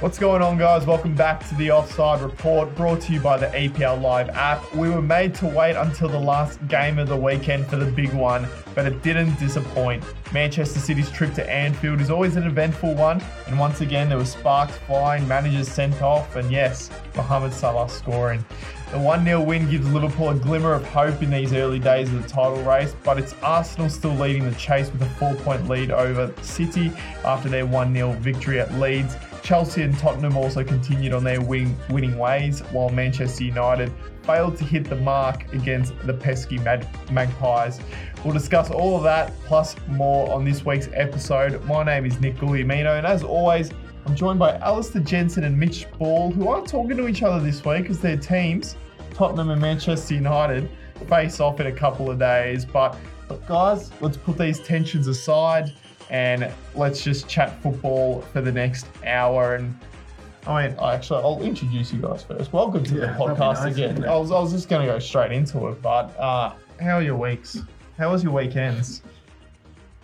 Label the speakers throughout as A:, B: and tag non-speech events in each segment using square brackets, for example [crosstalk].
A: What's going on, guys? Welcome back to the Offside Report, brought to you by the EPL Live app. We were made to wait until the last game of the weekend for the big one, but it didn't disappoint. Manchester City's trip to Anfield is always an eventful one, and once again, there were sparks flying, managers sent off, and yes, Mohamed Salah scoring. The 1 0 win gives Liverpool a glimmer of hope in these early days of the title race, but it's Arsenal still leading the chase with a four point lead over City after their 1 0 victory at Leeds. Chelsea and Tottenham also continued on their win- winning ways, while Manchester United failed to hit the mark against the pesky Mag- Magpies. We'll discuss all of that plus more on this week's episode. My name is Nick Guglielmino, and as always, I'm joined by Alistair Jensen and Mitch Ball, who aren't talking to each other this week because their teams, Tottenham and Manchester United, face off in a couple of days. But, but guys, let's put these tensions aside and let's just chat football for the next hour. And I mean, I actually, I'll introduce you guys first. Welcome to
B: Yeah,
A: the
B: that'd be
A: podcast
B: nice,
A: again.
B: wouldn't it?
A: I was, I was just going to go straight into it, but uh, how are your weeks? How was your weekends?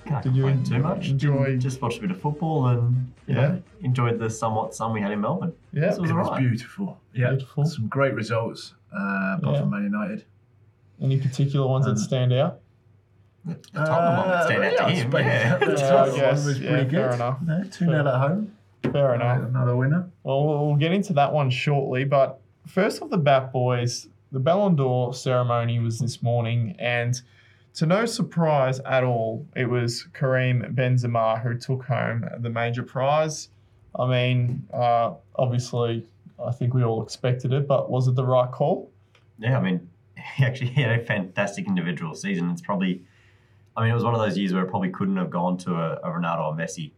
B: Can't
A: Did you
B: complain
A: en-
B: too much.
A: enjoy-
B: Didn't- Just watched a bit of football and you
A: Yeah.
B: know, enjoyed the somewhat sun we had in Melbourne.
A: Yeah.
B: This was
C: It was
B: alright.
C: beautiful. Yeah,
A: Beautiful.
C: some great results. Uh, apart
A: Yeah.
C: from Man United,
A: Any particular ones
C: Um,
A: that stand out?
B: The the Tottenham one that stand out
C: Uh,
B: to
C: yeah,
B: him.
C: but-
B: Yeah. [laughs]
C: [laughs] the
A: Yeah, I
C: Tottenham one
A: guess.
C: was
A: Yeah,
C: pretty
A: fair
C: good.
A: enough.
C: No, two 0 at home.
B: um,
C: Uh,
A: Fair enough.
C: Another winner.
A: Well, we'll we'll get into that one shortly, but first off the bat, boys, the Ballon d'Or ceremony was this morning, and to no surprise at all, it was Karim Benzema who took home the major prize. I mean, uh, obviously, I think we all expected it, but was it the right call?
B: Yeah, I mean, [laughs] he actually had a fantastic individual season. It's probably, I mean, it was one of those years where it probably couldn't have gone to a, a Ronaldo or Messi.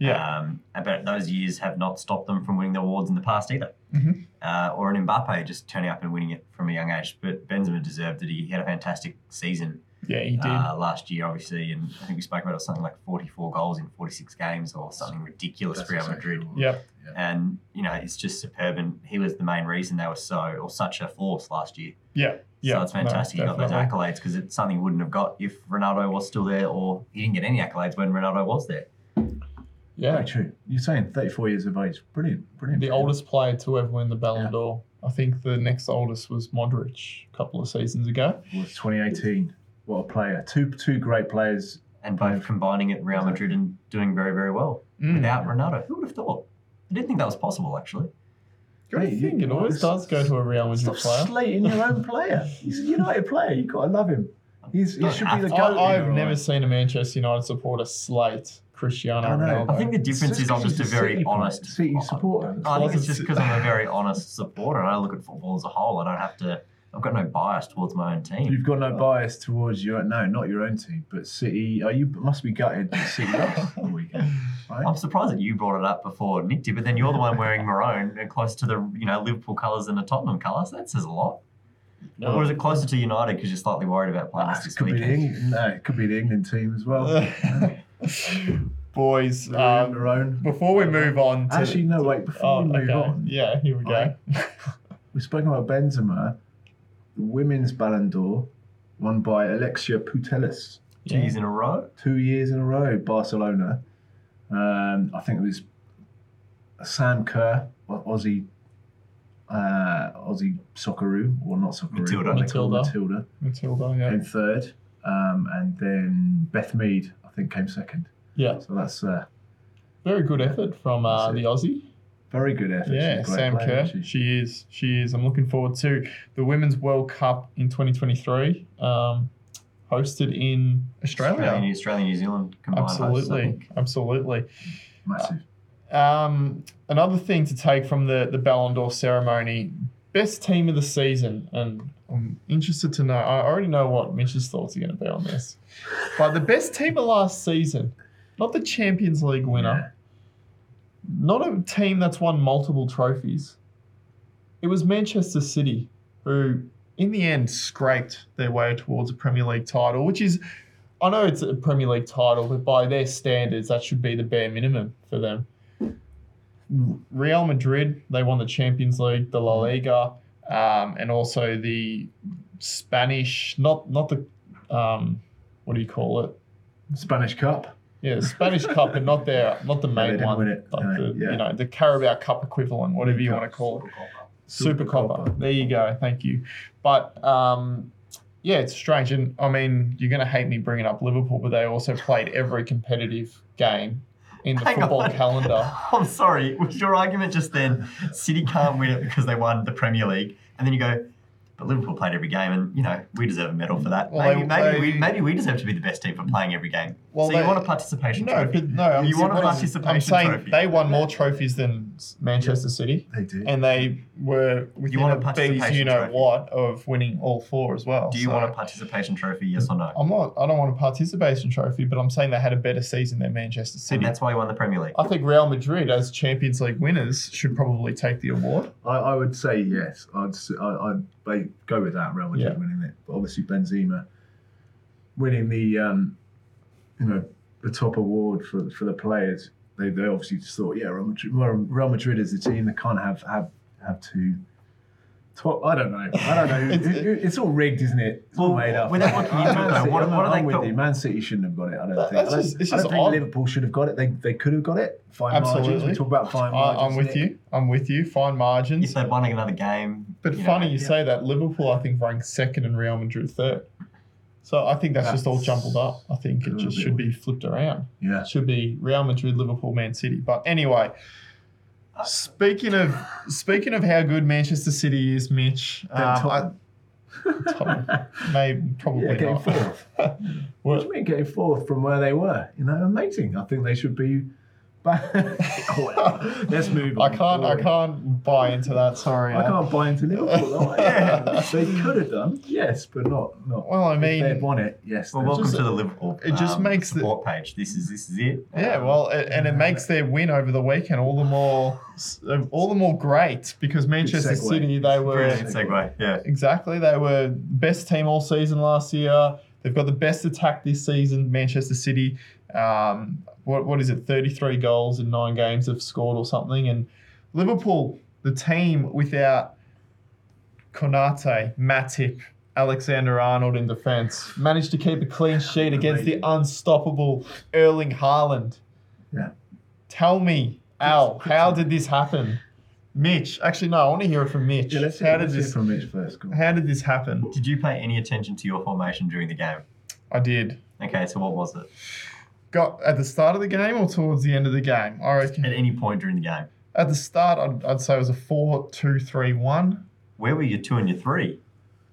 A: Yeah,
B: Um, but those years have not stopped them from winning the awards in the past either.
A: Mhm.
B: Uh, or an Mbappe just turning up and winning it from a young age. But Benzema deserved it. He had a fantastic season
A: yeah, he did.
B: uh, last year, obviously, and I think we spoke about it was something like 44 goals in 46 games or something ridiculous
C: That's
B: for Real
C: exactly
B: Madrid.
C: what-
A: Yep.
C: Yeah.
B: And you know, it's just superb, and he was the main reason they were so or such a force last year.
A: yeah, yeah.
B: so it's
A: no,
B: fantastic he got those
A: definitely.
B: accolades because it's something he wouldn't have got if Ronaldo was still there, or he didn't get any accolades when Ronaldo was there.
A: Yeah,
C: Very true. You're saying 34 years of age. Brilliant. Brilliant.
A: the
C: brilliant.
A: oldest player to ever win the Ballon
C: Yeah.
A: d'Or. I think the next oldest was Modric a couple of seasons ago.
C: was 2018. What a player. Two two great players.
B: And both combining at Real Madrid and doing very, very well
A: Mm.
B: without Ronaldo. Who would have thought? I didn't think that was possible, actually.
A: I
C: Hey,
A: think
C: you-
A: it always does go to a Real Madrid
C: Stop
A: player.
C: slating your own player. He's a United player. You've got to love him. He's, he
B: Don't
C: should
B: have
C: be the
B: to.
C: goat.
A: I, I've
C: You're
A: never
C: right.
A: seen a Manchester United supporter slate Cristiano
C: I know.
A: Ronaldo.
B: I think the difference is I'm just a very
C: City player,
B: honest
C: City supporter.
B: I think it's
A: Wasn't-
B: just because I'm a very honest supporter and I look at football as a whole. I don't have to, I've got no bias towards my own team.
C: You've got no bias towards your no, not your own team, but City. Oh, you must be gutted that City
A: [laughs]
C: lost the weekend,
B: I'm
A: Oh,
C: right?
B: surprised that you brought it up before Nick did, but then you're the one wearing maroon and close to the you know Liverpool colours and the Tottenham colours. That says a lot. Or is it closer to United because you're slightly worried about playing
C: Ah,
B: us
C: it
B: this
C: could be the
B: weekend?
C: England, no, it could be the England team
A: [laughs]
C: as well.
A: Boys,
C: They're on
A: um,
C: their own.
A: before we move on to.
C: Actually, no, wait. Before
A: oh,
C: we move
A: okay.
C: on,
A: Yeah, here we go.
C: Right. we spoke about Benzema, the women's Ballon d'Or, won by Alexia Putellas.
B: Two years in a row.
C: two years in a row, Barcelona. Um, I think it was Sam Kerr, Au- Aussie, uh, Aussie Socceroo, or not Socceroo,
B: Matilda.
C: what they call
A: Matilda.
C: Matilda
A: Matilda, yeah.
C: in third, um, and then Beth Mead, I think, came second.
A: Yeah,
C: So that's uh,
A: very good effort from uh, the Aussie.
C: very good effort. She's a
A: Yeah,
C: great
A: Sam
C: player,
A: Kerr.
C: isn't she?
A: She is. She is. I'm looking forward to the Women's World Cup in 2023, um, hosted in Australia.
B: Australia, Australia, New Zealand combined. hosts, I
A: Absolutely.
B: think.
A: Absolutely.
C: Massive.
A: Um, another thing to take from the the Ballon d'Or ceremony, best team of the season, and I'm interested to know. I already know what Mitch's thoughts are going to be on this, but the best team of last season, not the Champions League winner, not a team that's won multiple trophies. It was Manchester City who, in the end, scraped their way towards a Premier League title, which is. I know it's a Premier League title, but by their standards, that should be the bare minimum for them. Real Madrid, they won the Champions League, the La Liga, um, and also the Spanish, not not the, um, what do you call it?
C: Spanish Cup.
A: Yeah, the Spanish Cup, but not their not the
C: they
A: main
C: didn't
A: one.
C: win it,
A: Like
C: no,
A: the,
C: yeah.
A: You know, the Carabao Cup equivalent, whatever you want to call it. Super,
C: Super
A: Copper.
C: Copa.
A: There you go. Thank you. But um, yeah, it's strange. And I mean, you're going to hate me bringing up Liverpool, but they also played every competitive game in the
B: Hang
A: football
B: on.
A: calendar.
B: [laughs] I'm sorry. Was your argument just then City can't win it because they won the Premier League? And then you go, but Liverpool played every game, and you know we deserve a medal for that.
A: Well,
B: maybe
A: they-
B: maybe we
A: they-
B: maybe we deserve to be the best team for playing every game.
A: Well,
B: so
A: they-
B: you want a participation
A: No,
B: trophy?
A: but no. I'm,
B: You want a
A: what I'm-
B: participation
A: I'm saying
B: trophy.
A: they won more trophies than Manchester City,
C: They do.
A: and they were within
B: want a
A: a bees,
B: participation
A: you know
B: trophy.
A: what, of winning all four as well.
B: Do you
A: so-
B: want a participation trophy? Yes or no?
A: I'm not. I don't want a participation trophy, but I'm saying they had a better season than Manchester
B: And
A: City.
B: that's why you won the Premier League.
A: I think Real Madrid, as Champions League winners, should probably take the award.
C: I, I would say yes. I'd s- I, would i go with that Real Madrid
A: Yeah.
C: winning it, but obviously Benzema winning the um, you know the top award for for the players. They they obviously just thought yeah Real Madrid, well, Real Madrid is the team that can't have have have two. Top, I don't know. I don't
A: [laughs]
C: know.
A: It's-
C: it's, it's all rigged, isn't it? It's all
B: Well,
C: made up.
B: without looking into it,
C: Man
B: though,
C: City-
B: what-
C: I'm,
B: what do they
C: I'm with
B: call-
C: you. Man City shouldn't have got it. I don't
A: That-
C: think. I
A: that's
C: don't,
A: just- it's
C: I don't
A: just
C: think
A: odd.
C: Liverpool should have got it. They they could have got it. Fine margins.
A: Absolutely.
C: We talk about fine margins.
A: I, I'm with
C: isn't it?
A: you. I'm with you. Fine
B: If
A: margins.
B: they'd won another game,
A: But
B: you know,
A: funny you
C: yeah.
A: say that. Liverpool, I think, ranked second and Real Madrid third. So I think that's, just all
C: That's
A: jumbled up. I think
C: a
A: it
C: little
A: just
C: bit
A: should
C: weird.
A: be flipped around.
C: Yeah.
A: It should be Real Madrid, Liverpool, Man City. But anyway, speaking of speaking of how good Manchester City is, Mitch,
C: Then
A: um, I,
C: Tottenham.
A: Tottenham.
C: [laughs]
A: maybe probably
C: yeah, getting
A: not.
C: [laughs] fourth. Oh What do
A: Well,
C: you mean getting fourth from where they were? You know, amazing. I think they should be back. [laughs] Oh, well, Let's move on.
A: I can't. I can't buy into that. Sorry.
C: I
A: eh?
C: can't buy into Liverpool. [laughs] am I?
A: Yeah.
C: They could have done, yes, but not. not.
A: Well, I
C: if they'd
A: mean,
C: won it, yes.
B: Well,
C: they'd
B: welcome
A: just-
B: to the Liverpool. um,
A: it just makes the-
B: support page. This is this is it.
A: yeah.
B: Um,
A: Well, it, and it
C: yeah.
A: makes their win over the weekend all the more, all the more great because Manchester
C: segue.
A: City they were
B: brilliant segue. Yeah.
A: exactly they were best team all season last year. They've got the best attack this season. Manchester City. Um, what what is it? Thirty three goals in nine games they've scored or something. And Liverpool, the team without Konate, Matip, Alexander Arnold in defence, managed to keep a clean sheet against the unstoppable Erling Haaland.
C: Yeah.
A: Tell me, Al, how did this happen? Mitch, actually no, I want to hear it from Mitch.
C: yeah, let's
A: how
C: hear,
A: did
C: let's hear
A: this
C: from Mitch first. go on.
A: how did this happen?
B: Did you pay any attention to your formation during the game?
A: I did.
B: Okay, so what was it?
A: Got at the start of the game or towards the end of the game? I
B: At
A: reckon
B: any point during the game,
A: at the start, I'd, I'd say it was a four-two-three-one.
B: where were your two and your three?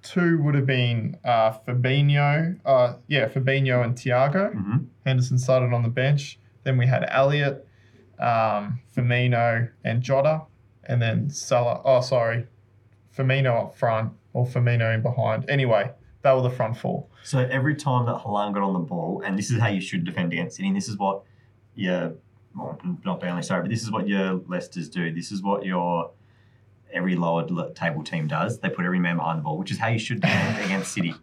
A: Two would have been uh, Fabinho, uh, yeah, Fabinho and Thiago.
B: Mm-hmm.
A: Henderson started on the bench. Then we had Elliot, um, Firmino, and Jota, and then Salah. Oh, sorry, Firmino up front or Firmino in behind. Anyway, they were the front four.
B: So every time that Halan got on the ball, and this is how you should defend against City, and this is what your, well, not Burnley, sorry, but this is what your Leicesters do. This is what your every lower l- table team does. They put every man behind the ball, which is how you should defend against City.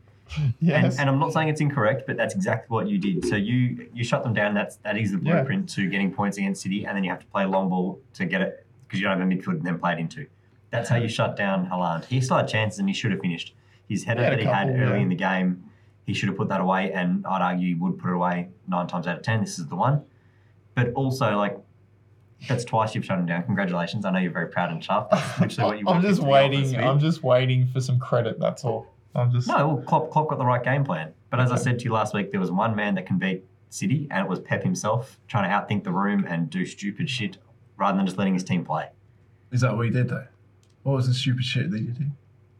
A: Yes.
B: And, and I'm not saying it's incorrect, but that's exactly what you did. So you you shut them down. That's that is the
A: Yeah.
B: blueprint to getting points against City, and then you have to play long ball to get it because you don't have a midfield and then play it into. That's how you shut down Haaland. He still had chances and he should have finished. His header
A: He had a
B: that he had
A: couple,
B: early
A: yeah.
B: in the game, he should have put that away, and I'd argue he would put it away nine times out of ten. This is the one. But also, like, that's twice you've shut him down. Congratulations. I know you're very proud and chuffed. That's literally what
A: [laughs]
B: you
A: I'm
B: walked
A: just
B: into the office
A: waiting.
B: with.
A: I'm just waiting for some credit. That's all. I'm just.
B: No, well, Klopp, Klopp got the right game plan. But as I said to you last week, there was one man that can beat City, and it was Pep himself trying to outthink the room and do stupid shit rather than just letting his team play.
C: Is that what he did though? What was the stupid shit that you did?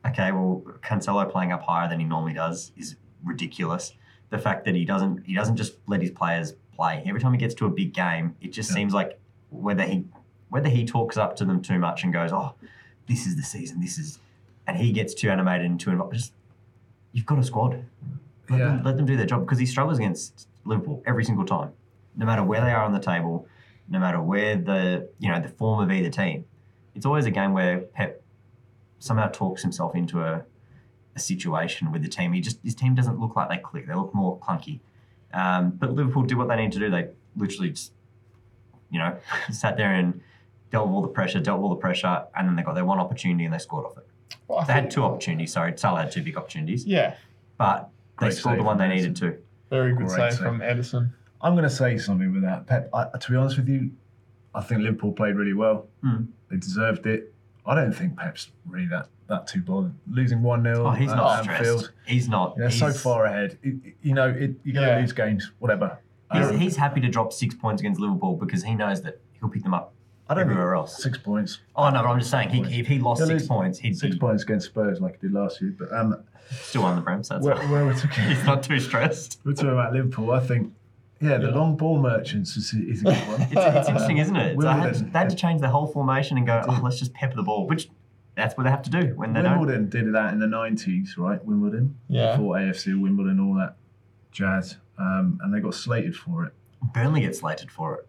B: Okay, well, Cancelo playing up higher than he normally does is ridiculous. The fact that he doesn't he doesn't just let his players play. Every time he gets to a big game, it just
C: Yeah.
B: seems like whether he whether he talks up to them too much and goes, "Oh, this is the season. This is," and he gets too animated and too involved. Just you've got a squad. Let,
C: Yeah.
B: them, let them do their job because he struggles against Liverpool every single time, no matter where they are on the table, no matter where the you know the form of either team. It's always a game where Pep somehow talks himself into a, a situation with the team. He just his team doesn't look like they click. They look more clunky. Um, but Liverpool did what they need to do. They literally just you know [laughs] sat there and dealt with all the pressure, dealt with all the pressure, and then they got their one opportunity and they scored off it.
A: Well, I
B: They had
A: think-
B: two opportunities. Sorry, Salah had two big opportunities,
A: Yeah,
B: but they
C: Great
B: scored the
C: save
B: one they
C: from
B: needed to.
A: very good
C: Great
A: save
C: save.
A: from Edison.
C: I'm going to say something with that. Pep, I, to be honest with you, I think Liverpool played really well.
B: Hmm.
C: They deserved it. I don't think Pep's really that that too bothered. Losing uh, 1 0.
B: Oh, he's not stressed. He's not.
C: They're so
B: He's-
C: far ahead. It- it- you know, it, you're going to
A: Yeah.
C: lose games, whatever.
B: He's,
C: Um,
B: he's happy to drop six points against Liverpool because he knows that he'll pick them up
C: I don't think
B: everywhere else.
C: six points.
B: Oh no, but I'm just saying, he, if he lost
C: He'll
B: six
C: lose
B: points, he'd
C: Six
B: be
C: points against Spurs like he did last year. But um,
B: still on the Prem. So that's
C: where,
B: fine.
C: where we're talking,
B: [laughs] he's not too stressed.
C: we're talking about Liverpool, I think, yeah, the
A: Yeah.
C: long ball merchants is, is
B: [laughs]
C: a good one.
B: It's,
C: [laughs]
B: it's interesting, isn't it? It's- I had to,
C: Wimbledon.
B: they had to change the whole formation and
C: [laughs]
B: go, oh, let's just pepper the ball, which that's what they have to do when they don't.
C: Wimbledon did that in the 90s, right? Wimbledon.
A: Yeah.
C: Before AFC Wimbledon, all that jazz. Um, and they got slated for it.
B: Burnley gets slated for it.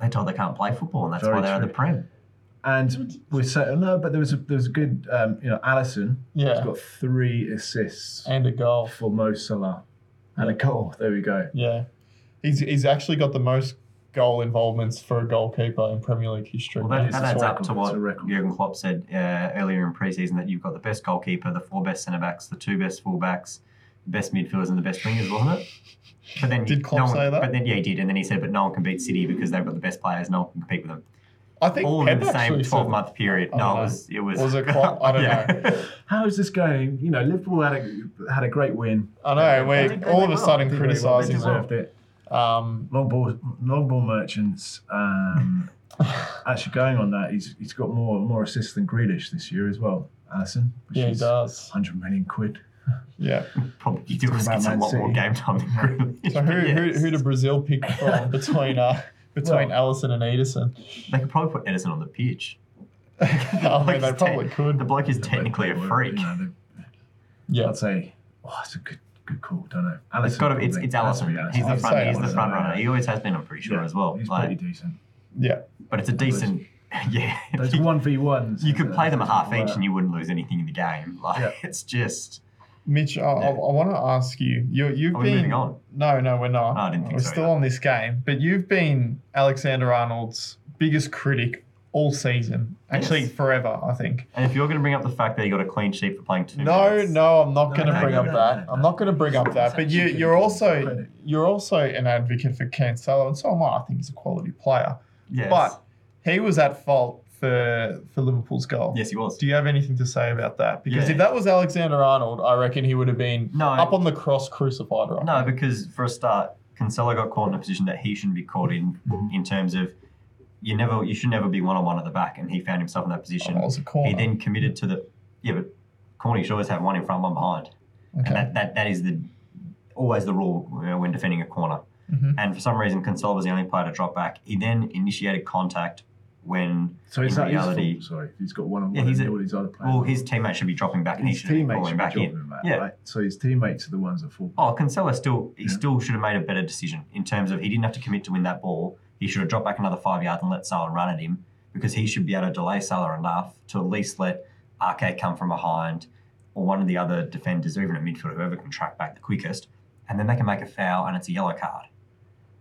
B: They told they can't play football, and that's
C: Very
B: why they're in
C: true.
B: the Prem.
C: And we said, no, but there was a, there was a good, um, you know, Allison has
A: Yeah.
C: got three assists
A: And a goal.
C: for Mo Salah and a goal. There we go.
A: Yeah. He's he's actually got the most goal involvements for a goalkeeper in Premier League history.
B: Well, that,
C: It's
B: that
C: a
B: adds up
C: record,
B: to
C: it's
B: what
C: a record.
B: Jurgen Klopp said uh, earlier in preseason that you've got the best goalkeeper, the four best centre backs, the two best full backs, the best midfielders, and the best wingers, wasn't it? But then
A: Did Klopp
B: no one,
A: say that?
B: But then yeah, he did, and then he said, but no one can beat City because they've got the best players. No one can compete with them.
A: I think
B: All
A: Pep
B: in the same
A: actually said-
B: twelve month period.
A: I
B: No,
A: don't
B: it
A: know.
B: was it was.
A: Was it Klopp? I don't
B: [laughs] know.
C: How is this going? You know, Liverpool had a, had a great win.
A: I know.
B: They
A: We're
B: did
A: all
B: really
A: of a
B: well.
A: sudden
C: Did very well, They
A: criticising.
C: deserved it.
A: Um,
C: Long ball, long ball merchants.
A: [laughs]
C: Um, actually, going on that, he's he's got more more assists than Grealish this year as well. Allison, which
A: yeah, he
C: is
A: does.
C: 100 million quid.
A: Yeah.
B: Probably do because
C: about
B: gets a
C: Man
B: lot more
C: City.
B: game time than Grealish.
A: So who,
B: but
A: who,
B: yes.
A: who did Brazil
B: [laughs]
A: pick from between uh, between Allison and Edison? [laughs]
B: they could probably put Edison on the pitch.
A: I mean, they
B: Bloke's
A: probably
B: The
A: could.
B: bloke is technically a
C: You know,
B: freak.
C: they-
A: Yeah.
C: I'd say, oh, it's a good good call. Don't know.
B: It's
C: Allison,
B: got to, it's
C: probably.
B: it's
C: Has to
B: Allison.
C: be
B: He's the
A: I'd
B: front.
A: say
B: He's the
C: Alisson,
B: front
C: yeah.
B: runner. He always has been. I'm pretty sure
C: Yeah,
B: as well.
C: He's
B: Like,
C: pretty
B: [laughs]
C: decent.
A: Yeah.
B: but it's a decent. [laughs] Yeah.
C: Those
B: You-
C: one v ones.
B: you could play them at half each, and you wouldn't lose anything in the game. [laughs] Like
C: Yeah.
B: it's just.
A: Mitch, I, I,
B: Yeah.
A: I want to ask you. You you've
B: Are we
A: been
B: moving on?
A: no, no, we're not.
B: Oh, I didn't think
A: we're
B: so,
A: still
B: yeah.
A: on this game, but you've been Alexander Arnold's biggest critic all season. Actually,
B: Yes.
A: forever, I think.
B: And if you're going to bring up the fact that he got a clean sheet for playing two,
A: No,
B: minutes,
A: no, I'm not
C: No,
A: going to
B: no,
A: bring
B: no,
A: up
C: no,
A: that.
C: no,
A: I'm
C: no.
A: not going to bring up that. But you,
C: Actually,
A: you're also
C: credit.
A: you're also an advocate for Ken Solo, and so am I. I think he's a quality player.
B: Yes.
A: But he was at fault for for Liverpool's goal.
B: yes, he was.
A: Do you have anything to say about that? Because
B: Yeah.
A: if that was Alexander Arnold, I reckon he would have been
B: No.
A: up on the cross crucified right
B: No, because for a start, Cancelo got caught in a position that he shouldn't be caught in, in terms of you never, you should never be one on one at the back, and he found himself in that position.
A: Oh, That was a corner.
B: he then committed to the yeah, but corner you should always have one in front, one behind, and that, that that is the always the rule you know, when defending a corner.
A: hmm
C: Mm-hmm.
B: And for some reason, Cancelo was the only player to drop back. He then initiated contact when
C: So is
B: in
C: that his fault?
B: reality-
C: Sorry, he's got one on
B: Yeah,
C: one.
B: he's
C: and
B: a-
C: all these other players.
B: well his teammate should be dropping back and he
C: his
B: should be
C: teammates
B: falling
C: should
B: back
C: be
B: in.
C: dropping back.
B: Yeah.
C: Right? So his teammates are the ones that fall. back.
B: Oh, Cancelo still he
C: Yeah.
B: still should have made a better decision in terms of he didn't have to commit to win that ball. He should have dropped back another five yards and let Salah run at him because he should be able to delay Salah enough to at least let RK come from behind or one of the other defenders or even a midfielder, whoever can track back the quickest, and then they can make a foul and it's a yellow card.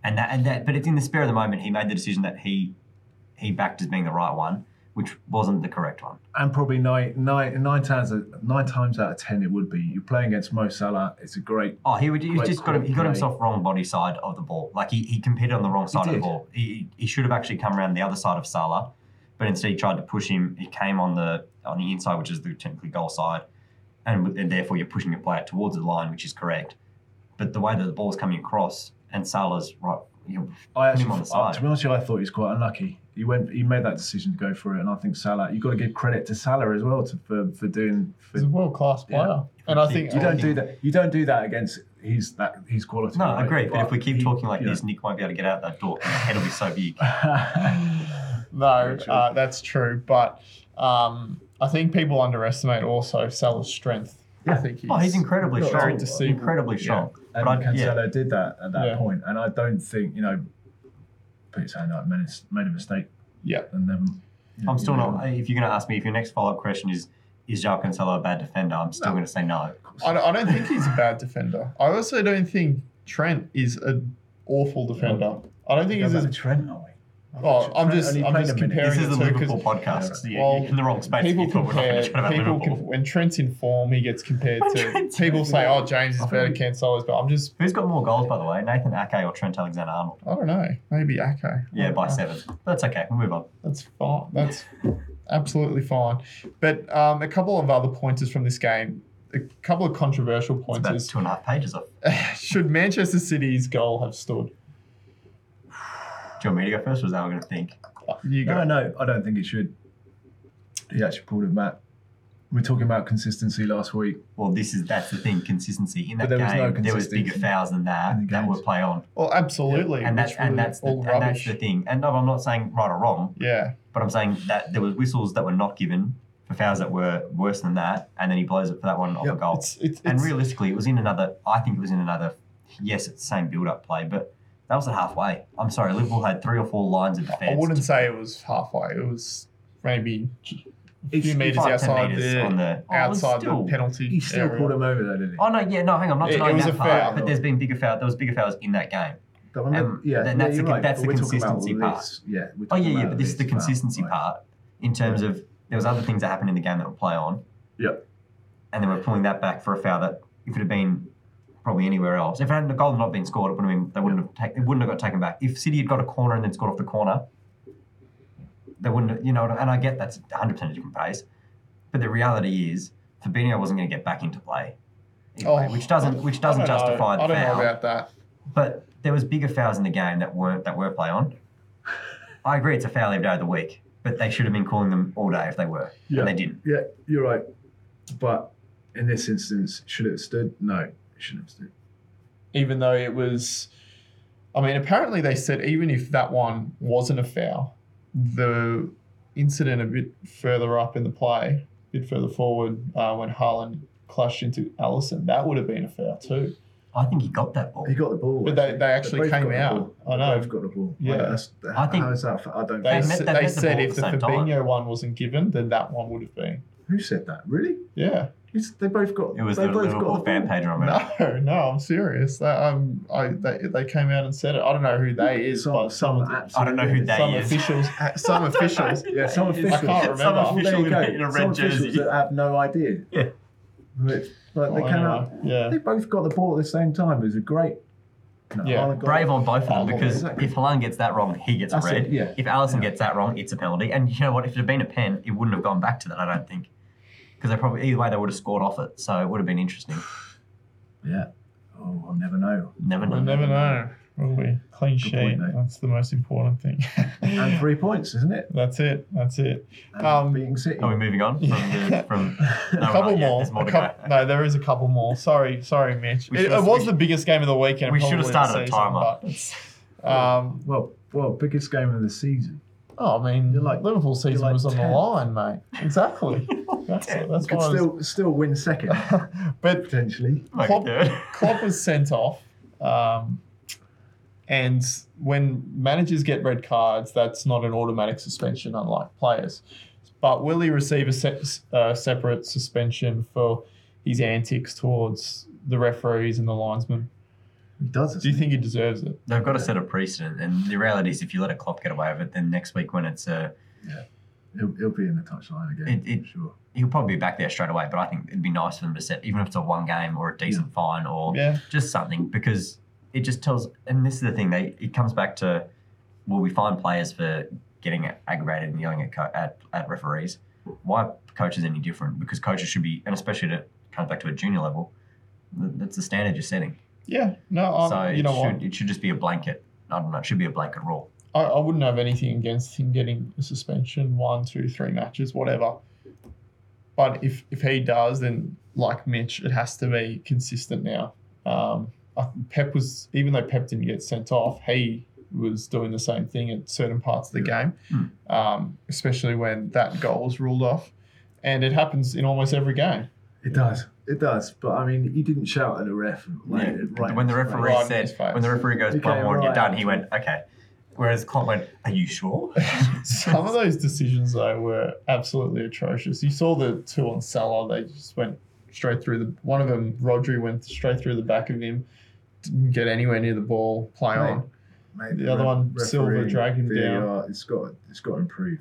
B: And that and that but it's in the spare of the moment he made the decision that he he backed as being the right one, which wasn't the correct one.
C: And probably nine, nine, nine times, nine times out of ten, it would be you're playing against Mo Salah. It's a great.
B: Oh, he would. He
C: Quite
B: just got. He got
C: quickly.
B: himself wrong body side of the ball. Like he, he competed on the wrong side of the
C: did.
B: ball. He he should have actually come around the other side of Salah, but instead he tried to push him. He came on the on the inside, which is the technically goal side, and, with- and therefore you're pushing your player towards the line, which is correct. But the way that the ball's coming across and Salah's right, you know,
C: I
B: Put him
C: actually,
B: on the
C: I-
B: side.
C: to be honest, with you, I thought he was quite unlucky. He went, he made that decision to go for it, and I think Salah. You've got to give credit to Salah as well to, for for doing. For,
A: He's a world class player,
B: Yeah.
A: and I think
C: you don't do that. You don't do that against his that his quality.
B: no,
C: right?
B: agreed. But if we keep
C: he-
B: talking like
C: you know.
B: this, Nick won't be able to get out that door. His head will be so
C: [laughs]
B: big.
A: [laughs] No,
C: Very true.
A: uh, that's true, but um, I think people underestimate also Salah's strength. I
C: Yeah.
A: think he's,
B: Oh, he's incredibly
A: very
B: strong.
A: deceivable.
B: Incredibly strong.
C: And
B: But I- yeah.
C: Cancelo did that at that
A: Yeah.
C: point, and I don't think you know. Put his hand up, made a- made a mistake,
A: yeah.
C: and then you know,
B: I'm still
C: you know,
B: not. If you're going to ask me, if your next follow up question is, is Jao Cancelo a bad defender? I'm still
A: No.
B: going to say no.
A: I, don't- I don't think he's a bad defender. I also don't think Trent is an awful defender. I don't think
C: Go
A: he's
C: back
A: as
C: to Trent, are we?
A: Oh, I'm
C: Only
A: just,
C: played
A: I'm
C: a
A: just
C: minute.
A: comparing
B: This is
A: the
B: the
A: two
B: Liverpool
A: 'cause
B: podcast. Yeah,
A: well,
B: you're in the wrong space.
A: people
B: you thought we're not [laughs]
A: compare.
B: gonna chat about
A: People
B: Liverpool.
A: com- when Trent's in form, he gets compared
B: When
A: to.
B: Trent's
A: People
B: in
A: say,
B: form.
A: "Oh, James is
C: I
A: better,
C: think-
A: Cancelo but I'm just,
B: Who's got more goals, by the way? Nathan Ake or Trent Alexander Arnold?
A: I don't know. Maybe Ake.
B: Yeah, by
A: seven.
B: seven. That's okay. We'll move on.
A: That's fine. That's absolutely fine. But um, a couple of other pointers from this game. A couple of controversial
B: It's about
A: pointers.
B: two and a half pages off.
A: [laughs] Should Manchester City's goal have stood?
B: Do you want me to go first, or is that going to think?
A: Uh, You go.
C: No, no, I don't think it should. He actually pulled it back. We are talking about consistency last week.
B: Well, this is that's the thing. Consistency in that
C: But there
B: game.
C: was no
B: there was bigger
C: consistency
B: fouls than that
C: in the
B: that
C: games.
B: would play on,
A: Well, "Oh, absolutely.
B: and that's
A: which
B: and
A: were
B: that's the,
A: all
B: and that's
A: rubbish.
B: the thing. And no, I'm not saying right or wrong,
A: yeah.
B: but I'm saying that there was whistles that were not given for fouls that were worse than that, and then he blows it for that one off
C: Yep.
B: a goal.
A: It's, it's,
B: and
A: it's-
B: realistically, it was in another. I think it was in another. Yes, it's the same build-up play, but that was at halfway. I'm sorry, Liverpool had three or four lines of defence.
A: I wouldn't say it was halfway. It was maybe a few meters
B: five, ten
A: outside
B: metres
A: the
B: on the oh, it was
A: outside
B: still-
A: the penalty.
C: He still
A: area.
C: pulled him over though, didn't he?
B: Oh no, yeah, no, hang on, I'm not
A: It- it
B: denying
A: was
B: that
A: a
B: part.
A: foul.
B: But there's been bigger foul. There was bigger fouls in that game.
C: That one-
B: um,
C: yeah,
B: then
C: yeah,
B: that's the
C: you're
B: con-
C: right,
B: that's
C: but
B: the
C: we're talking about
B: consistency part.
C: this- Yeah. we're
B: Oh
C: talking
B: yeah, yeah,
C: about
B: but this is the
C: foul,
B: consistency
C: right.
B: part in terms
C: Yeah.
B: of there was other things that happened in the game that would play on.
C: Yep.
B: And then we're pulling that back for a foul that if it had been probably anywhere else, if it hadn't, the goal had not been scored, it would have been they wouldn't have taken it wouldn't have got taken back. If City had got a corner and then scored off the corner, they wouldn't. Have, you know, and I get that's 100 percent a different pace, but the reality is Fabinho wasn't going to get back into play, anyway,
A: Oh,
B: which doesn't which doesn't
A: I don't know.
B: justify the
A: I don't
B: foul.
A: know about that.
B: But there was bigger fouls in the game that weren't that were play on. I agree, it's a foul every day of the week, but they should have been calling them all day if they were,
C: Yeah.
B: and they didn't.
C: Yeah, you're right. But in this instance, should it have stood? No, it shouldn't have stood.
A: Even though it was, I mean, apparently they said even if that one wasn't a foul, the incident a bit further up in the play, a bit further forward, uh, when Haaland clashed into Allison, that would have been a foul too.
B: I think he got that ball.
C: He got the ball.
A: But they- they actually
C: both
A: came
C: got the
A: out.
C: ball.
A: I know.
C: They both got the ball.
A: Yeah.
C: Like, that's,
B: I think-
C: how is that? I don't.
A: They,
B: They
A: s-
B: met-
A: they,
B: they met the
A: said
B: ball
A: if
B: at
A: the
B: the same
A: Fabinho one wasn't given, then that one would have been.
C: Who said that? Really?
A: Yeah.
C: It's, they both got.
B: it was
C: they
B: the
C: both
B: Liverpool
C: got the
B: fan
C: ball.
B: page on [laughs] it.
A: No, [laughs] no, I'm serious. They, um, I, they, they came out and said it. I don't know who they is,
C: Some-
A: but
C: some
A: some
C: absolute-
B: I don't know who that
A: some
B: is. [laughs]
A: officials, some officials.
C: Yeah, some
B: I
C: officials.
A: can't remember.
B: Some
C: Well, there
B: official
C: you
B: in
C: go.
B: a, in a
C: some
B: red
C: officials
B: jersey.
C: that have no idea.
B: Yeah.
C: But, but they
A: Well,
C: came
A: anyway,
C: out.
A: Yeah.
C: They both got the ball at the same time. It was a great. No,
A: Yeah.
C: Haaland got-
B: Brave on both of them
A: Oh, well,
B: because
C: exactly.
B: if Halan gets that wrong, he gets a
C: That's
B: red.
C: it, yeah.
B: If Allison gets that wrong, it's a penalty. And you know what? If it had been a pen, it wouldn't have gone back to that. I don't think because they probably either way they would have scored off it. So it would have been interesting.
C: Yeah. Oh, I'll never know.
B: Never know.
A: We'll never know, will we? Clean
C: Good
A: sheet.
C: point, mate.
A: That's the most important thing.
C: And three points, isn't it?
A: [laughs] That's it. That's it.
C: And
A: Um,
C: beating City.
B: Are oh, we moving on from the, from?
A: [laughs]
B: No,
A: a
B: we're
A: couple
B: not yet.
A: more.
B: There's more
A: a
B: to
A: coup-
B: go.
A: No, there is a couple more. Sorry, sorry, Mitch.
B: We
A: It,
B: should've-
A: it was
B: we-
A: the biggest game of the weekend.
B: We should have
A: probably the
B: started a
A: season,
B: timer.
A: but- Um,
C: Well, well, biggest game of the season.
A: oh, I mean,
C: You're like-
A: Liverpool season
C: like
A: was on the
C: 10th.
A: line, mate.
C: [laughs]
A: Exactly. that's it. That's
C: Could
A: why I was-
C: still still win second
A: [laughs] but
C: potentially.
B: Like
A: Klopp-
B: third.
A: Klopp was sent off, um, and when managers get red cards, that's not an automatic suspension, unlike players. But will he receive a se- uh, separate suspension for his antics towards the referees and the linesmen?
C: He does.
A: Do you think he deserves it?
B: They've got to set a precedent, and the reality is, if you let a Klopp get away with it, then next week when it's uh,
C: he'll, he'll be in the touchline again?
B: It- it-
C: I'm sure.
B: he'll probably be back there straight away. But I think it'd be nice for them to set, even if it's a one game or a decent fine or
A: Yeah.
B: just something, because it just tells. And this is the thing; they it comes back to, well, we fine players for getting aggravated and yelling at co- at, at referees. Why are coaches any different? Because coaches should be, and especially to comes back to a junior level, th- that's the standard you're setting.
A: Yeah. No, um,
B: so
A: you
B: it
A: know
B: should
A: what?
B: it should just be a blanket. I don't know. It should be a blanket rule.
A: I, I wouldn't have anything against him getting a suspension, one, two, three matches, whatever. But if if he does, then like Mitch, it has to be consistent now. Um, I- Pep was even though Pep didn't get sent off, he was doing the same thing at certain parts of the game, um, especially when that goal was ruled off, and it happens in almost every game.
C: It does. It does. But I mean, he didn't shout at a ref. Like,
B: Yeah.
C: right
B: when the
C: in his
B: referee
C: face.
A: Right in his
B: said,
A: face.
B: when the referee goes
C: He
B: one
C: came
B: more and you're
C: right
B: done,
C: out
B: he
C: to
B: went okay. Whereas Klopp went, "Are you sure?"
A: [laughs] Some of those decisions though were absolutely atrocious. You saw the two on Salah; they just went straight through the. One of them, Rodri, went straight through the back of him. Didn't get anywhere near the ball. Play
C: Mate,
A: on.
C: mate,
A: The other one, Silva dragged him
C: VAR, It's got it's got to improve.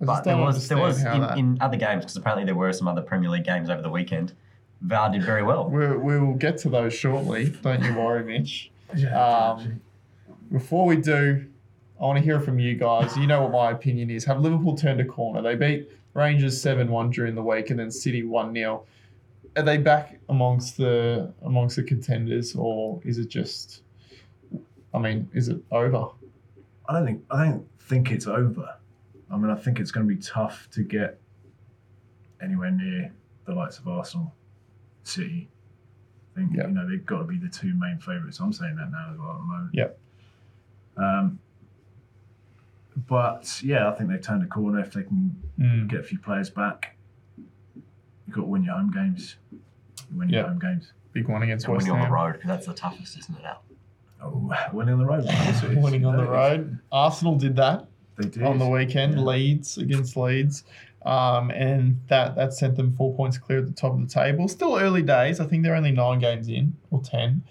A: I
B: But
A: just
B: there
A: don't
B: was there
A: understand
B: was
A: how
B: in,
A: that.
B: in other games because apparently there were some other Premier League games over the weekend. VAR did very well.
A: we, we will get to those shortly. Don't you worry, Mitch.
C: Yeah,
A: Um, Before we do, I want to hear from you guys. You know what my opinion is. Have Liverpool turned a corner? They beat Rangers 7 1 during the week and then City 1 0. Are they back amongst the amongst the contenders or is it just I mean, is it over?
C: I don't think I don't think it's over. I mean, I think it's going to be tough to get anywhere near the likes of Arsenal, City. I think
A: Yeah.
C: you know they've got to be the two main favourites. I'm saying that now as well at the moment.
A: Yeah.
C: Um, but yeah, I think they've turned a corner if they can
B: Hmm.
C: get a few players back. You've got to win your home games. You win your
A: Yeah.
C: home games.
A: Big one against
B: And
A: West
B: winning on the
A: Ham.
B: road, that's the toughest, isn't it? Now?
C: Oh, [laughs] winning on the road. of course it is.
A: [laughs] Winning on the
C: Yeah,
A: road. Arsenal did that
C: They did.
A: on the weekend.
C: Yeah.
A: Leeds against Leeds, um, and that that sent them four points clear at the top of the table. Still early days. I think they're only nine games in or ten,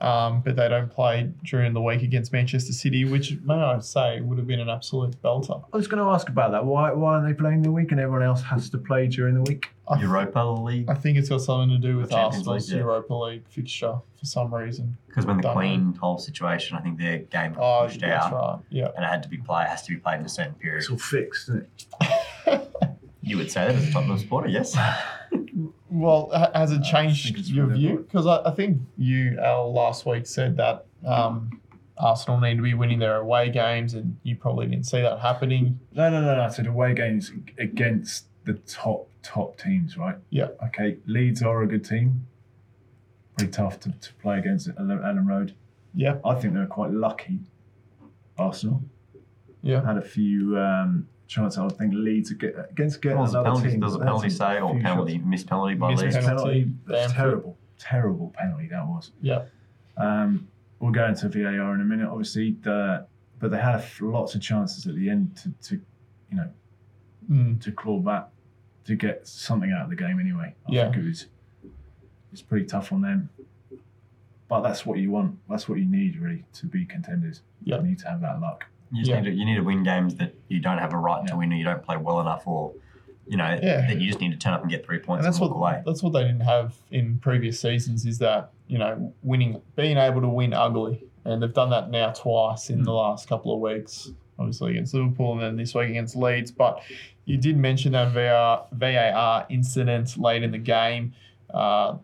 A: um, but they don't play during the week against Manchester City, which may I say would have been an absolute belter.
C: I was going to ask about that. Why why aren't they playing the week and everyone else has to play during the week?
A: I, th-
B: Europa League
A: I think it's got something to do with
B: Champions
A: Arsenal's
B: League, yeah.
A: Europa League fixture for some reason.
B: because when the
A: Don't know.
B: Queen whole situation, I think their game got
A: Oh,
B: pushed
A: that's
B: out
A: right. Yeah.
B: and it had to be played has to be played in a certain period.
C: It's all fixed, isn't it?
B: You would say that as a Tottenham supporter,
A: [laughs]
B: yes.
A: Well, ha- has it
C: Uh, I think
A: changed
C: it's
A: your
C: really
A: view?
C: important.
A: Because I, I think you, Al, last week said that um, Arsenal need to be winning their away games, and you probably didn't see that happening.
C: No, no, no, no. I said away games against the top top teams, right?
A: Yeah.
C: Okay. Leeds are a good team. Pretty tough to, to play against at Ellen Road.
A: Yeah,
C: I think they were quite lucky. Arsenal
A: yeah.
C: had a few um, chances. I think Leeds ag- against
B: There
C: getting
B: was a
C: another
B: penalty,
C: team.
B: there was a
C: they had
B: penalty
C: some
B: say or
C: few
B: penalty,
C: shots.
B: missed penalty by
A: Missed
B: Leeds.
A: penalty.
C: That's
A: Bamford.
C: terrible, terrible penalty that was.
A: Yeah,
C: Um, we'll go into VAR in a minute, obviously. The, but they had f- lots of chances at the end to, to, you know,
A: mm,
C: to claw back, to get something out of the game anyway. I
A: Yeah.
C: think it was, it's pretty tough on them. But that's what you want. That's what you need really to be contenders.
A: Yeah.
C: You need to have that luck.
B: You, just
A: Yeah.
B: need to, you need to win games that you don't have a right to
C: Yeah.
B: win or you don't play well enough or, you know,
A: Yeah.
B: that you just need to turn up and get three points
A: and
B: and,
A: that's
B: walk away.
A: what that's what they didn't have in previous seasons is that you know winning, being able to win ugly, and they've done that now twice
B: Hmm.
A: in the last couple of weeks. Obviously against Liverpool, and then this week against Leeds. But you did mention that VAR, VAR incident late in the game. Uh,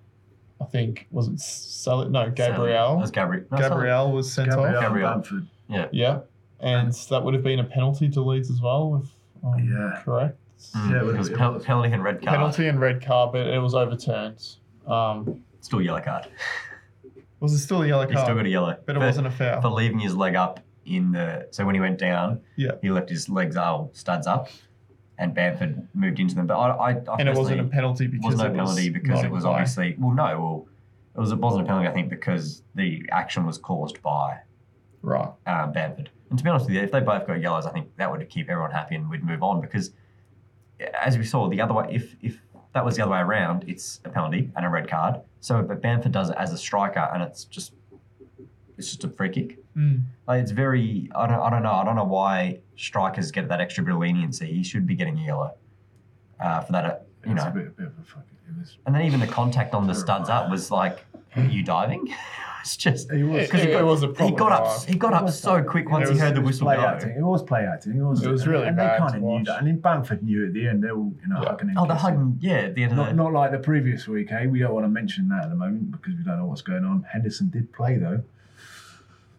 A: I think was it Sal- no
B: That
A: Gabriel.
B: was Gabriel. No, Sally.
A: Gabriel was sent
C: Gabriel,
A: off.
B: Gabriel.
C: Bamford.
A: Yeah, and that would have been a penalty to Leeds as well, if I'm
C: Yeah.
A: correct.
B: Mm,
C: Yeah,
B: it was
C: it
B: pen-
C: was.
B: penalty and red card.
A: Penalty and red card, but it was overturned. Um,
B: Still yellow card.
A: was it still a yellow
B: He still got a yellow.
A: but it
B: For-
A: wasn't a foul.
B: For leaving his leg up in the. So when he went down,
A: Yeah.
B: he left his legs all studs up and Bamford moved into them. But I. I, I
A: and it
B: personally-
A: wasn't a penalty
B: It was
A: because
B: no
A: it was
B: penalty because
A: not
B: it was
A: in play.
B: obviously well no well it was it wasn't a penalty I think because the action was caused by
A: right.
B: uh, Bamford and to be honest with you if they both got yellows I think that would keep everyone happy and we'd move on because as we saw the other way if if that was the other way around it's a penalty and a red card so but Bamford does it as a striker and it's just it's just a free kick
A: Mm.
B: like it's very I don't I don't know I don't know why strikers get that extra bit of leniency he should be getting a yellow uh, for that uh, you
C: It's
B: know
C: a bit, a bit of a fucking. It was.
B: and then even the contact on the studs up was like, "Are you diving?" [laughs] it's just
C: It was.
A: It,
B: he
A: it
B: got-
A: was a
B: he
A: problem.
B: got up. He got up so quick once
A: It was-
B: he heard the
C: it was
B: whistle
C: play
B: go.
C: Acting. It was play acting. It was,
A: It was really
C: and
A: bad
C: they
A: to
C: kind of knew
A: watch.
C: that. And in Bamford knew at the end they were you know
A: Yeah.
C: hugging and
B: Oh, the
C: kissing.
B: hugging. Yeah, at the end of
C: Not,
B: the.
C: not like the previous week, eh? We don't want to mention that at the moment because we don't know what's going on. Henderson did play though,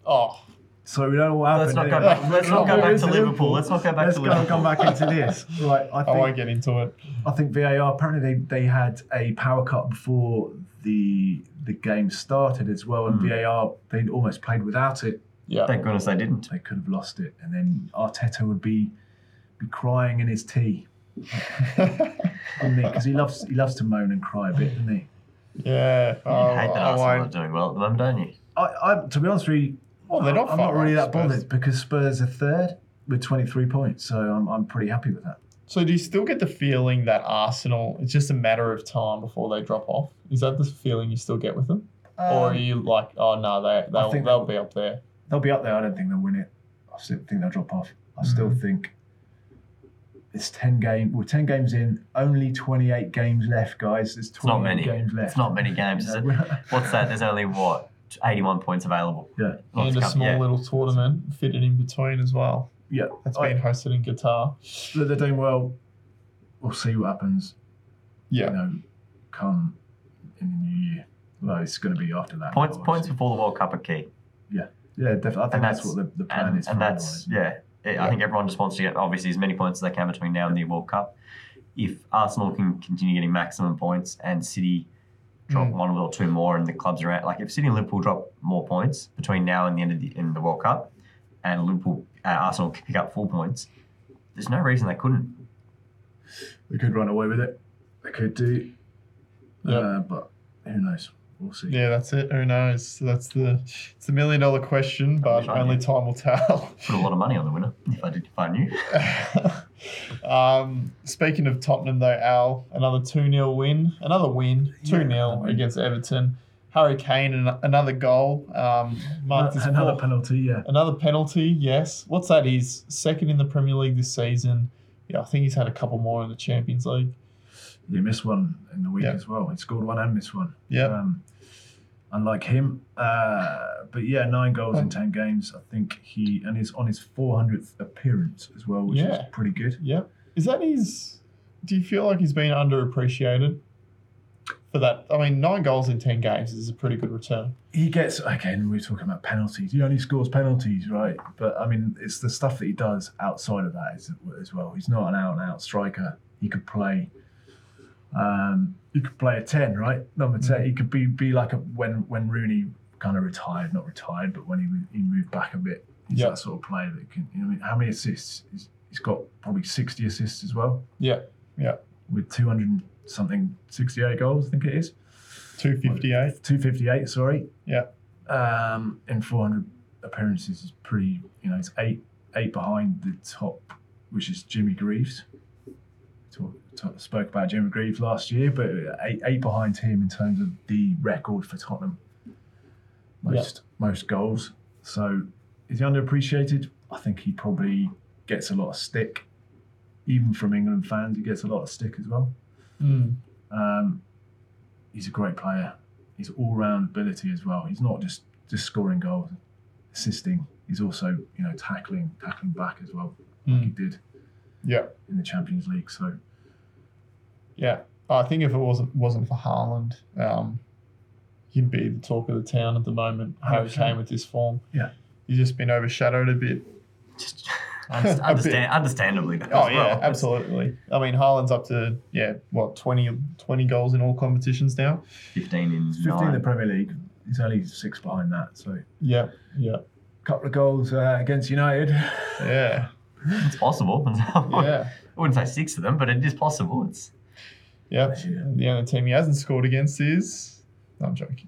A: Oh,
C: so we don't know what
B: let's
C: happened.
B: not go
C: innit?
B: back. Let's not go
C: Come on,
B: back
C: it's
B: to Liverpool. Let's not go back
C: Let's
B: to
C: go and
B: Liverpool.
C: come back into
B: [laughs]
C: this. Right, I
A: I won't
C: think
A: get into it.
C: I think VAR. Apparently, they, they had a power cut before the the game started as well, and
B: Hmm.
C: VAR they almost played without it.
A: Yeah.
B: Thank goodness they didn't.
C: They could have lost it, and then Arteta would be be crying in his tea. because he loves he loves to moan and cry a bit, doesn't he?
A: [laughs] yeah.
B: You
A: Oh,
B: hate that
A: I
B: Arsenal are
A: won't.
B: doing well at the moment, don't you?
C: I, I to be honest with you,
A: Well, they're not
C: I'm
A: far
C: not really
A: off
C: that
A: Spurs.
C: bothered because Spurs are third with 23 points, so I'm, I'm pretty happy with that.
A: So do you still get the feeling that Arsenal? It's just a matter of time before they drop off. Um, Is that the feeling you still get with them, or are you like, oh no, they they'll,
C: Um, think
A: they'll be up there?
C: They'll be up there. I don't think they'll win it. I still think they'll drop off. I
A: Hmm.
C: still think it's ten game. We're ten games in. Only twenty eight games left, guys. There's
B: not
C: twenty
B: many.
C: games left.
B: It's not many games, is it? What's that? There's only what 81 points available.
C: Yeah.
B: Lots
A: and a
B: come-
A: small
B: Oh, yeah.
A: little tournament fitted in between as well.
C: yeah.
A: That's
C: I-
A: been hosted in Qatar.
C: Look, [laughs] they're doing well. We'll see what happens.
A: Yeah.
C: You know, come in the new year. Well, it's going to be after that.
B: Points
C: now,
B: points
C: obviously.
B: before the World Cup are key,
C: Yeah, definitely. I think
B: And
C: that's,
B: that's-
C: what the, the plan
B: and,
C: is.
B: and
C: for
B: that's
C: everyone,
B: yeah. I- I think everyone just wants to get obviously as many points as they can between now and the World Cup. If Arsenal can continue getting maximum points and City drop
A: Mm.
B: one or two more, and the clubs are out, like if City and Liverpool drop more points between now and the end of the, in the World Cup, and Liverpool uh, Arsenal pick up four points, there's no reason they couldn't.
C: They could run away with it. They could do.
A: Yeah.
C: Uh, but who knows? We'll see.
A: Yeah, that's it. Who knows? So that's the it's the million dollar question, but
B: wish I
A: only
B: knew.
A: time will tell. [laughs]
B: Put a lot of money on the winner if I did if I knew. [laughs]
A: um, speaking of Tottenham, though, Al, another 2 0 win, another win, 2 0
C: Yeah.
A: against Everton. Harry Kane, an- another goal. Um, marked his
C: another
A: fourth-
C: penalty. Yeah.
A: another penalty, yes. What's that? He's second in the Premier League this season. Yeah, I think he's had a couple more in the Champions League.
C: You missed one in the week
A: Yeah.
C: as well. He scored one and missed one.
A: Yeah.
C: Um, unlike him, uh, but yeah, nine goals in ten games. I think he and he's on his 400th appearance as well, which is
A: Yeah.
C: pretty good.
A: Yeah. Is that his? Do you feel like he's been underappreciated for that? I mean, nine goals in ten games is a pretty good return.
C: He gets again. We're talking about penalties. He only scores penalties, right? But I mean, it's the stuff that he does outside of that as, as well. He's not an out-and-out striker. He could play. Um, he could play a ten, right? Number 10 He could be be like a when when Rooney kind of retired, not retired, but when he he moved back a bit. He's
A: Yeah.
C: that sort of player that can. You know, I mean, how many assists? He's, he's got probably sixty assists as well,
A: Yeah.
C: with two hundred something sixty-eight goals. I think it is.
A: Two fifty eight.
C: 258, sorry.
A: Yeah.
C: Um, in 400 appearances is pretty, you know, it's eight eight behind the top, which is Jimmy Greaves. Talk, talk, spoke about Jimmy Greaves last year, but eight, eight behind him in terms of the record for Tottenham.
A: Yeah.
C: Most most goals. So is he underappreciated? I think he probably gets a lot of stick. Even from England fans, he gets a lot of stick as well.
B: Hmm.
A: Mm.
C: Um, he's a great player. He's all-round ability as well. He's not just just scoring goals, assisting. He's also you know tackling, tackling back as well. Like he
A: Mm.
C: did
A: Yeah.
C: in the Champions League. So
A: Yeah. I think if it wasn't wasn't for Haaland, um, he'd be the talk of the town at the moment. Harry
C: 100%.
A: Kane with this form.
C: Yeah.
A: He's just been overshadowed a bit. [laughs]
B: Just
A: A bit.
B: understand, understandably. though,
A: Oh
B: as
A: yeah,
B: well. It's-
A: absolutely. I mean, Haaland's up to yeah, what 20, 20 goals in all competitions now.
B: 15 in
C: he's 15 in the
B: nine.
C: Premier League. He's only six behind that. So a
A: Yeah, yeah,
C: couple of goals uh, against United. [laughs]
A: yeah,
B: It's possible. [laughs] I
A: yeah.
B: wouldn't say six of them, but it is possible. It's
A: Yep.
C: Yeah. [laughs]
A: The only team he hasn't scored against is. No, I'm joking.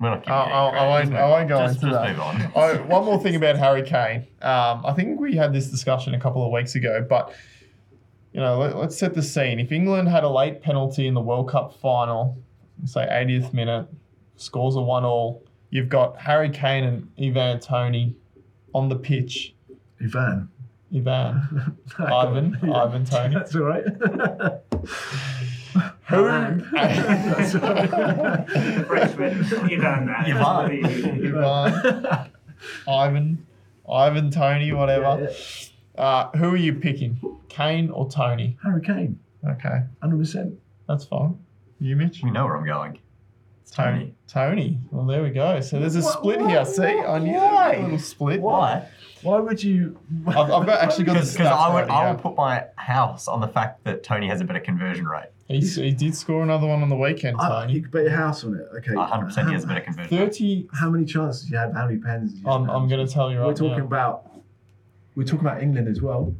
B: we're not giving
A: I'll-
B: any
A: I'll-
B: credit.
A: I
B: Just
A: won't- I won't
B: move on.
A: go
B: just,
A: into
B: just
A: that.
B: move on.
A: Oh,
B: [laughs]
A: one more thing about Harry Kane. Um, I think we had this discussion a couple of weeks ago, but you know, let, let's set the scene. If England had a late penalty in the World Cup final, say 80th minute, scores a one-all, you've got Harry Kane and Ivan Tony on the pitch.
C: Ivan.
A: Ivan, Ivan, Ivan Tony.
C: That's all right.
A: [laughs] Who? [laughs]
C: That's all right.
D: Freshman, Ivan, man.
B: Ivan.
D: That's what he-
A: Ivan, Ivan, Ivan Tony, whatever.
C: Yeah,
A: Uh, who are you picking, Kane or Tony?
C: Harry Kane,
A: Okay,
C: 100%.
A: that's fine. You, Mitch?
B: [laughs] We know where I'm going. It's
A: Tony. Tony.
B: Tony.
A: Well, there we go. So there's a
C: Wha-
A: split
C: wha-
A: here. See, I knew there was a little split.
B: Why?
C: Why would you?
A: I've, I've
C: [laughs]
A: got, actually got the
B: Because
A: stats.
B: I would,
A: right
B: I
A: here.
B: would put my house on the fact that Tony has a better conversion rate.
A: He's- he did score another one on the weekend,
C: Ah, you
A: Tony.
C: could bet your house on it. Okay.
B: 100% he has a better conversion rate.
A: Thirty.
C: How many chances you have? How many pens? You
A: I'm, I'm going to tell you right
C: We're talking
A: now.
C: about. We're talking about England as well.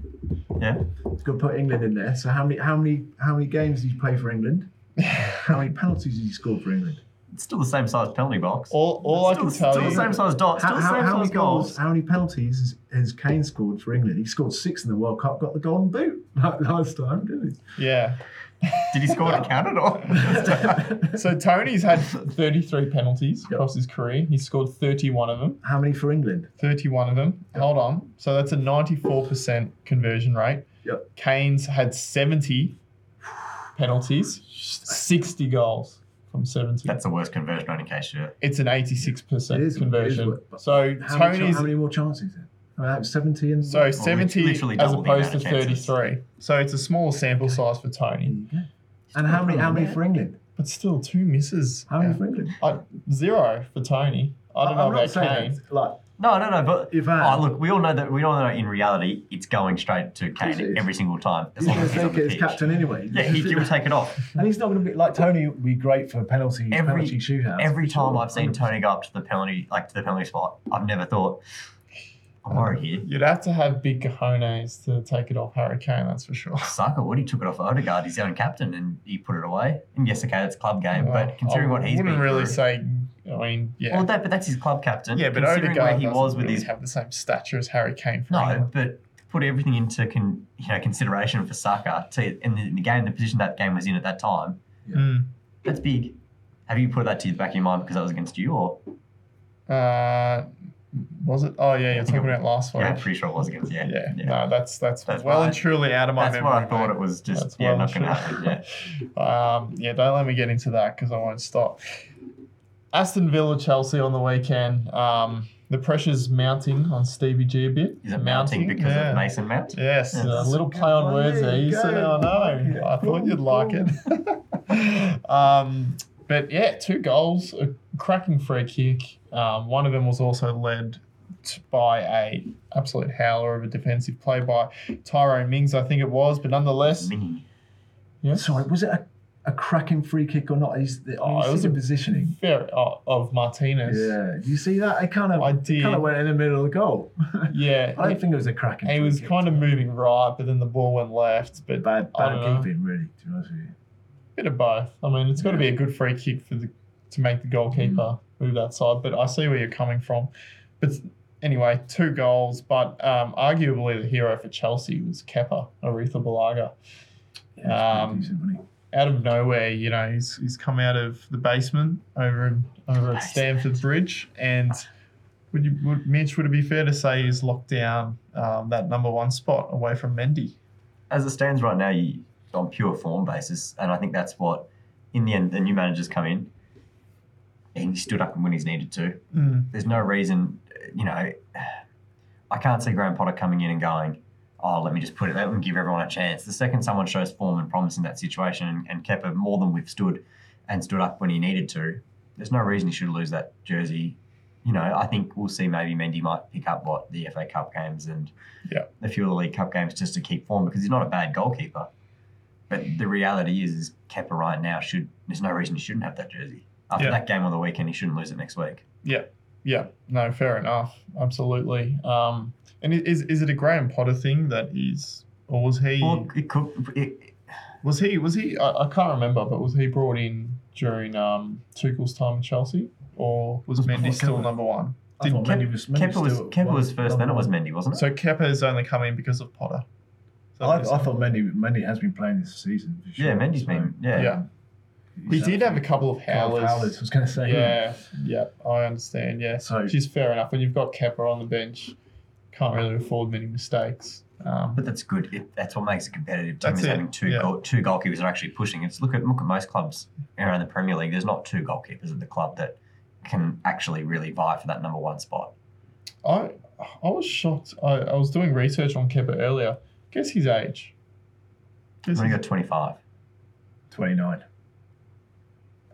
B: Yeah.
C: It's got to put England in there. So how many? How many? How many games did you play for
B: [laughs]
C: England? How many penalties did you score for England?
B: It's still the same size penalty box.
A: All, all I
B: still,
A: can tell
B: still
A: you.
B: the same size dot. Still
C: How,
B: the
C: how,
B: same
C: how many
B: size
C: goals?
B: goals.
C: How many penalties has, has Kane scored for England? He scored six in the World Cup. Got the golden boot. [laughs] like last time, didn't
A: Yeah.
B: Did he score to count it
C: [laughs]
B: or?
C: he?
B: [laughs]
A: So Tony's had 33 penalties
C: Yep.
A: across his career. He scored 31 of them.
C: How many for England?
A: 31 of them. Hold on. So that's a 94% conversion rate.
C: Yep.
A: Kane's had 70 penalties, 60 goals from 70.
B: That's the worst conversion rate in case you
A: it's an 86%
C: It is- it is
A: conversion.
C: what-
A: so
C: How, many,
A: Tony's
C: cha- how many more chances? Then? Uh, that was 70 and
A: so
B: Well,
A: 70
B: literally
A: as
B: double the
A: opposed to
B: amount of chances.
A: 33. So it's a smaller sample size for Tony,
C: And how many? How many for England?
A: but still two misses.
C: How many
A: Uh,
C: for England?
A: zero for Tony. I don't
C: I'm
A: know
C: not
A: about
C: saying
A: Kane.
C: that, Like
B: No, no, no. But
C: If I-
B: oh, look, we all know that we all know in reality it's going straight to
C: course it
B: Kane
C: is.
B: every single time. As
C: he's
B: long
C: going
B: as
C: to
B: he's on
C: take
B: the
C: it as
B: pitch.
C: captain anyway.
B: Yeah,
C: [laughs]
B: he, he will take it off.
C: And he's not going to be like Tony. Would be great for penalties,
B: Every-
C: penalty shootouts.
B: Every
C: for sure.
B: time I've seen Tony go up to the penalty, like to the penalty spot, I've never thought, I'm worried here.
A: You'd have to have big cojones to take it off Harry Kane, that's for sure.
B: Sucker, what he took it off Odegaard, his own captain, and he put it away. And yes, okay, it's a club game,
A: Well,
B: but considering
A: I
B: what he's
A: wouldn't
B: been
A: really
B: through,
A: say. I mean, yeah,
B: well, that but that's his club captain.
A: yeah, but
B: considering
A: Odegaard
B: where he
A: doesn't
B: was with
A: really
B: his
A: have the same stature as Harry Kane. For
B: No,
A: England.
B: but put everything into con, you know consideration for Saka to in the, in the game, the position that game was in at that time.
A: Mm.
B: That's big. Have you put that to the back of your mind because that was against you, or
A: Uh, was it? Oh yeah, you're talking about last week.
B: yeah, I'm pretty sure it was against yeah,
A: Yeah, no, that's that's,
B: That's
A: well
B: why-
A: and truly out of my
B: That's
A: memory.
B: why I thought it was just
A: That's
B: yeah,
A: well
B: not going to
A: true.
B: happen. Yeah,
A: Um, yeah, don't let me get into that because I won't stop. Aston Villa Chelsea on the weekend. Um, the pressure's mounting on Stevie G a bit. [laughs]
B: is it mounting because
A: yeah.
B: of Mason Mount?
A: Yes,
B: Yeah,
A: a
B: that's
A: little play on words there. You
C: Go,
A: said, "Oh
C: like
A: no,
C: it.
A: I thought you'd
C: Cool,
A: like
C: cool.
A: it." [laughs] um, but yeah, two goals, a cracking free kick. Um, one of them was also led t- by a absolute howler of a defensive play by Tyrone Mings, I think it was. But nonetheless,
B: Mini.
A: yes,
C: Sorry, was it a, a cracking free kick or not? He's the,
A: Oh,
C: oh,
A: it was
C: the
A: a-
C: positioning.
A: very oh, of Martinez.
C: Yeah, you see that? I kind of,
A: I
C: I
A: did.
C: kind of went in the middle of the goal.
A: Yeah,
C: I don't think it was a cracking.
A: he
C: free
A: was
C: kick.
A: kind of moving right, but then the ball went left. But a
C: bad,
A: I don't know.
C: bad keeping, really. To be honest with you,
A: bit of both. I mean, it's got to be a good free kick for the to make the goalkeeper move that side. But I see where you're coming from. But anyway, two goals. But um, arguably the hero for Chelsea was Kepa Aretha Balaga.
C: yeah,
A: Um,
C: um, decent, wasn't he?
A: Out of nowhere, you know, he's, he's come out of the basement over in, over at Stamford Bridge, and would you, would, Mitch, would it be fair to say he's locked down um, that number one spot away from Mendy?
B: As it stands right now, you, on pure form basis, and I think that's what, in the end, the new managers come in. And he stood up when he's needed to.
A: Mm.
B: there's no reason, you know, I can't see Graham Potter coming in and going, oh, let me just put it, let me give everyone a chance. The second someone shows form and promise in that situation and, and Kepa more than withstood and stood up when he needed to, there's no reason he should lose that jersey. You know, I think we'll see maybe Mendy might pick up what the FA Cup games and
A: Yeah.
B: a few of the League Cup games just to keep form because he's not a bad goalkeeper. But the reality is, is Kepa right now should, there's no reason he shouldn't have that jersey. After
A: Yeah.
B: that game on the weekend, he shouldn't lose it next week.
A: Yeah, no, fair enough. Absolutely. Um, and i- is is it a Graham Potter thing that he's or was he
B: Well, it could. It,
A: was he was he I, I can't remember, but was he brought in during um Tuchel's time at Chelsea or was
B: Was
A: Mendy
C: before
A: still
C: Kepa.
A: number one?
C: I
A: Did
C: thought
B: Kep-
C: Mendy was, Mendy
B: Kemper was
C: still at
B: Kemper
C: one-
B: was first, then it was Mendy, wasn't it?
A: So Kepa's only come in because of Potter. Is that
C: I,
A: what
C: I
A: you're saying?
C: thought Mendy, Mendy has been playing this season. For sure.
B: yeah, Mendy's
C: So,
B: been. Yeah.
A: yeah.
C: he's
A: He did have a
C: absolutely-
A: couple of
C: Kyle
A: howlers.
C: Fowlers, I was going to say.
A: Yeah, yeah, I understand. Yeah,
C: So-
A: which is fair enough. When you've got Kepa on the bench, can't really afford many mistakes. Um,
B: But that's good. It, that's what makes a competitive team
A: That's
B: is
A: it,
B: having two
A: yeah.
B: goal, two goalkeepers that are actually pushing. It's look at look at most clubs around the Premier League. There's not two goalkeepers at the club that can actually really vie for that number one spot.
A: I I was shocked. I, I was doing research on Kepa earlier. Guess his age.
B: We've
A: Guess
B: only
A: his,
B: got 25.
C: 29.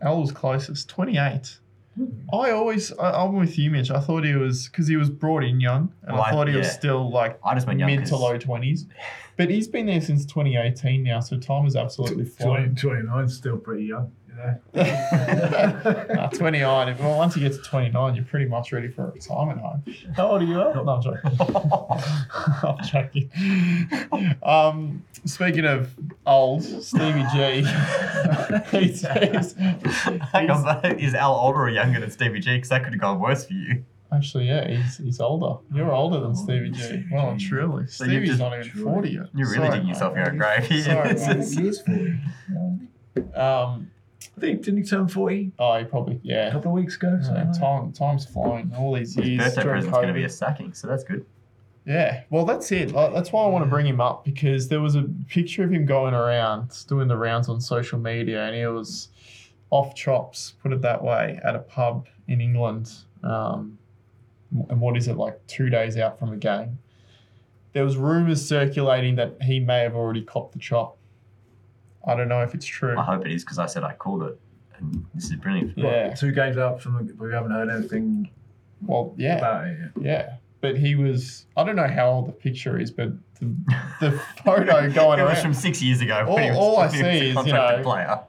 A: Al was closest, 28. I always, I, I'm with you, Mitch. I thought he was, because he was brought in young, and
B: Well,
A: I
B: I-
A: thought he was
B: yeah.
A: still like
B: I just went young
A: mid to
B: 'cause- [laughs]
A: low 20s. But he's been there since 2018 now, so time is [laughs] absolutely flying.
C: 29 's still pretty young. Yeah.
A: [laughs] Nah, 29. If, well, once you get to 29, you're pretty much ready for a retirement home. How old are you, Al? No, I'm joking. [laughs] I'm joking. Um, speaking of old, Stevie G. [laughs] he's, he's,
B: Hang on, but is Al older or younger than Stevie G? Because that could have gone worse for you.
A: Actually, yeah, he's he's older. You're older than Stevie G.
C: Stevie
A: Well and
C: G.
A: truly.
B: So you've
A: Stevie's
B: just-
A: not even
C: Truly.
A: 40 yet.
B: You're really
A: Sorry,
B: digging yourself
A: mate.
B: out of [laughs] grave here.
A: Sorry,
B: It's-
A: mate.
C: He is 40.
A: Um,
C: I think, didn't he turn 40
A: oh, he probably,
C: a
A: yeah.
C: couple of weeks ago? something
A: Uh,
C: like that?
A: time, time's flying. All these
B: [laughs] His
A: years.
B: birthday
A: during
B: present's going to be
A: COVID.
B: a sacking, so that's good.
A: Yeah, well, that's it. Like, that's why I want to bring him up because there was a picture of him going around doing the rounds on social media, and he was off chops, put it that way, at a pub in England. Um, and what is it like two days out from a game? There was rumors circulating that he may have already copped the chop. I don't know if it's true.
B: I hope it is because I said I called it, and this is brilliant.
A: Yeah.
C: What, two games up from the, we haven't heard anything
A: Well, yeah.
C: about it yet.
A: Yeah, but he was. I don't know how old the picture is, but the,
B: [laughs]
A: the photo going
B: it was
A: around
B: from six years ago. when he was,
A: All- all I
B: when he was
A: see
B: a
A: is, you
B: contracted
A: know,
B: player.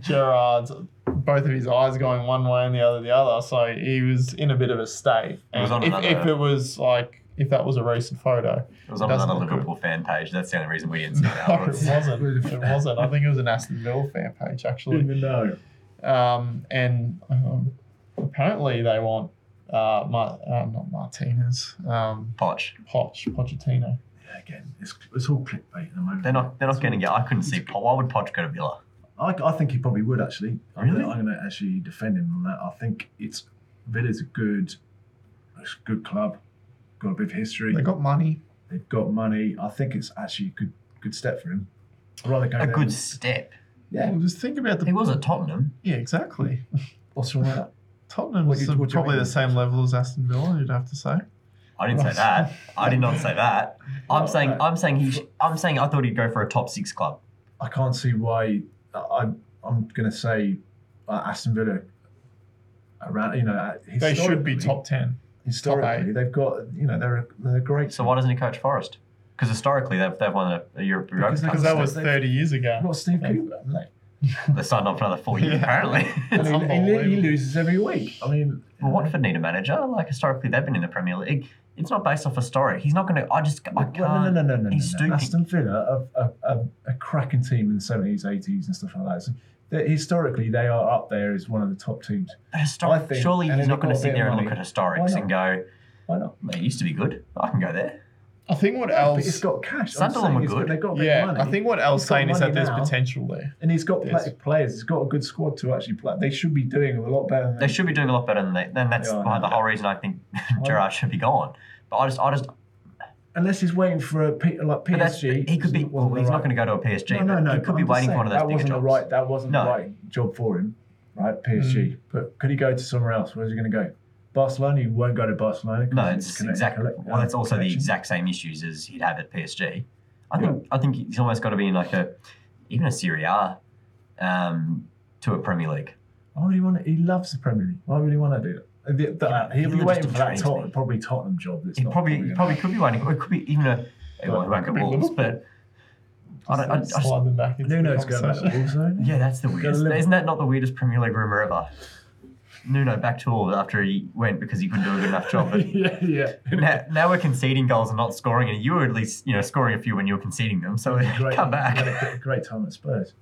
A: Gerard's, both of his eyes going one way and the other the other. So he was in a bit of a state.
B: It was
A: And
B: on
A: if,
B: another-
A: if it was like if that was a recent
C: [laughs]
A: photo,
B: It was on
A: doesn't
B: another
A: look good.
B: Liverpool fan page. That's the only reason we didn't
A: [laughs]
B: see
A: no,
B: that.
A: it [laughs] wasn't. It wasn't. I think it was an Aston Villa fan page actually.
C: Didn't even know.
A: Um, and um, apparently they want uh, Mar- uh not Martinez, um,
B: Poch.
A: Poch, Pochettino.
C: Yeah, again, it's, it's all clickbait at the moment.
B: They're not. They're not going to get. I couldn't see. Poch. Why would Poch go to Villa?
C: I, I think he probably would actually. I'm
B: Really?
C: gonna- I'm going to actually defend him on that. I think it's Villa's a good, it's a good club, got a bit of history.
A: They got money.
C: They've got money. I think it's actually a good good step for him. I'd rather go
B: A
C: there
B: good
C: than-
B: step.
C: Yeah.
A: Well, just think about
B: He
A: the.
B: was at Tottenham.
A: Yeah, exactly.
C: What's wrong with that?
A: Tottenham
C: What
A: was
C: you-
A: the-
C: what do you
A: probably
C: mean?
A: the same level as Aston Villa, you'd have to say.
B: I didn't say that. I did not say that. I'm saying. I'm saying he. sh- I'm saying I thought he'd go for a top six club.
C: I can't see why. I, I- I'm going to say uh, Aston Villa. Around, you know, uh,
A: They should be
C: historically-
A: top 10.
C: Historically,
A: eight.
C: they've got, you know, they're a, they're a great.
B: So why doesn't he coach Forest? Because historically they've they've won a, a Europe. Europa
C: Because they-
B: Cup.
A: Because that was
C: They-
A: 30 years ago.
C: Not Steve Cooper, mate.
B: They're signed on for another four
A: [laughs]
B: years
A: Yeah.
B: apparently.
A: That's
C: And he, he li- he
A: unbelievable.
C: loses every week. I mean,
B: well, Watford need a manager. Like historically they've been in the Premier League. It's not based off a story. He's not going to. I just. I
C: Well,
B: can't.
C: no, no, no, no, no,
B: He's
C: no.
B: stupid.
C: Aston Villa are a, a, a cracking team in the seventies, eighties, and stuff like that. So they historically, they are up there as one of the top teams.
B: But historic.
C: I think-
B: surely
C: and
B: he's
C: then
B: not
C: they've
B: going to
C: got a
B: sit
C: bit
B: there
C: of
B: and look at
C: money.
B: historics
C: Why
B: and go.
C: Why not?
B: They used to be good. I can go there.
A: I think what
C: But he's
A: else.
C: got cash. I'm
B: Sunderland
C: saying
B: were
C: he's got-
B: good.
C: They've got a bit of
A: Yeah,
C: money.
A: I think what else
C: He's got
A: saying is that
C: money
A: there's
C: now.
A: potential there.
C: and he's got
A: Yes.
C: pla- players. He's got a good squad to actually play. They should be doing a lot better. Than
B: They should be doing a lot better than they. Then that's
C: Yeah, I
B: behind
C: know.
B: the whole reason I think Gerard should be gone. But I just, I just,
C: unless he's waiting for a P- like
B: but that's,
C: PSG.
B: he could be. Well, he's not going to go to a PSG.
C: No, no,
B: but
C: no.
B: He
C: but
B: could be
C: I'm just
B: waiting for
C: saying,
B: one of those
C: that
B: bigger
C: wasn't
B: jobs.
C: the right. That wasn't
B: No. Mm.
C: the right job for him, right? PSG. But could he go to somewhere else? Where's he going to go? Barcelona. He won't go to Barcelona. 'cause
B: No,
C: he's
B: it's
C: connect-
B: exactly.
C: collect-
B: Well, that's also the
C: connection.
B: exact same issues as he'd have at PSG. I think. I think he's almost got to be in like a, even a Serie A, um, to a Premier League.
C: Why would he want to? He loves the Premier League. Why would he want to do that? The, the,
B: Yeah,
C: he'll
B: he
C: be
B: just
C: waiting for that
B: attracts
C: Tot-
B: me.
C: probably Tottenham job. That's
B: He
C: not
B: probably,
C: gonna-
B: he probably could be waiting. Or it could be even a. Well, he won't
A: Could
B: go
A: be
B: Wolves,
A: Liverpool.
B: but I don't. I, I
A: Just
B: just,
A: slide them back into
C: Nuno's
A: the
C: going back to
A: conversation.
C: Wolves, though, isn't
B: [laughs]
C: he?
B: Yeah, that's the weirdest.
C: live-
B: Isn't that not the weirdest Premier League rumor ever? Nuno back to Wolves after he went because he couldn't do a good enough job. But
C: yeah, [laughs] yeah.
B: now, now we're conceding goals and not scoring, and you were at least you know scoring a few when you were conceding them. So
C: Great,
B: come
C: he had a
B: back.
C: gr- great time at Spurs.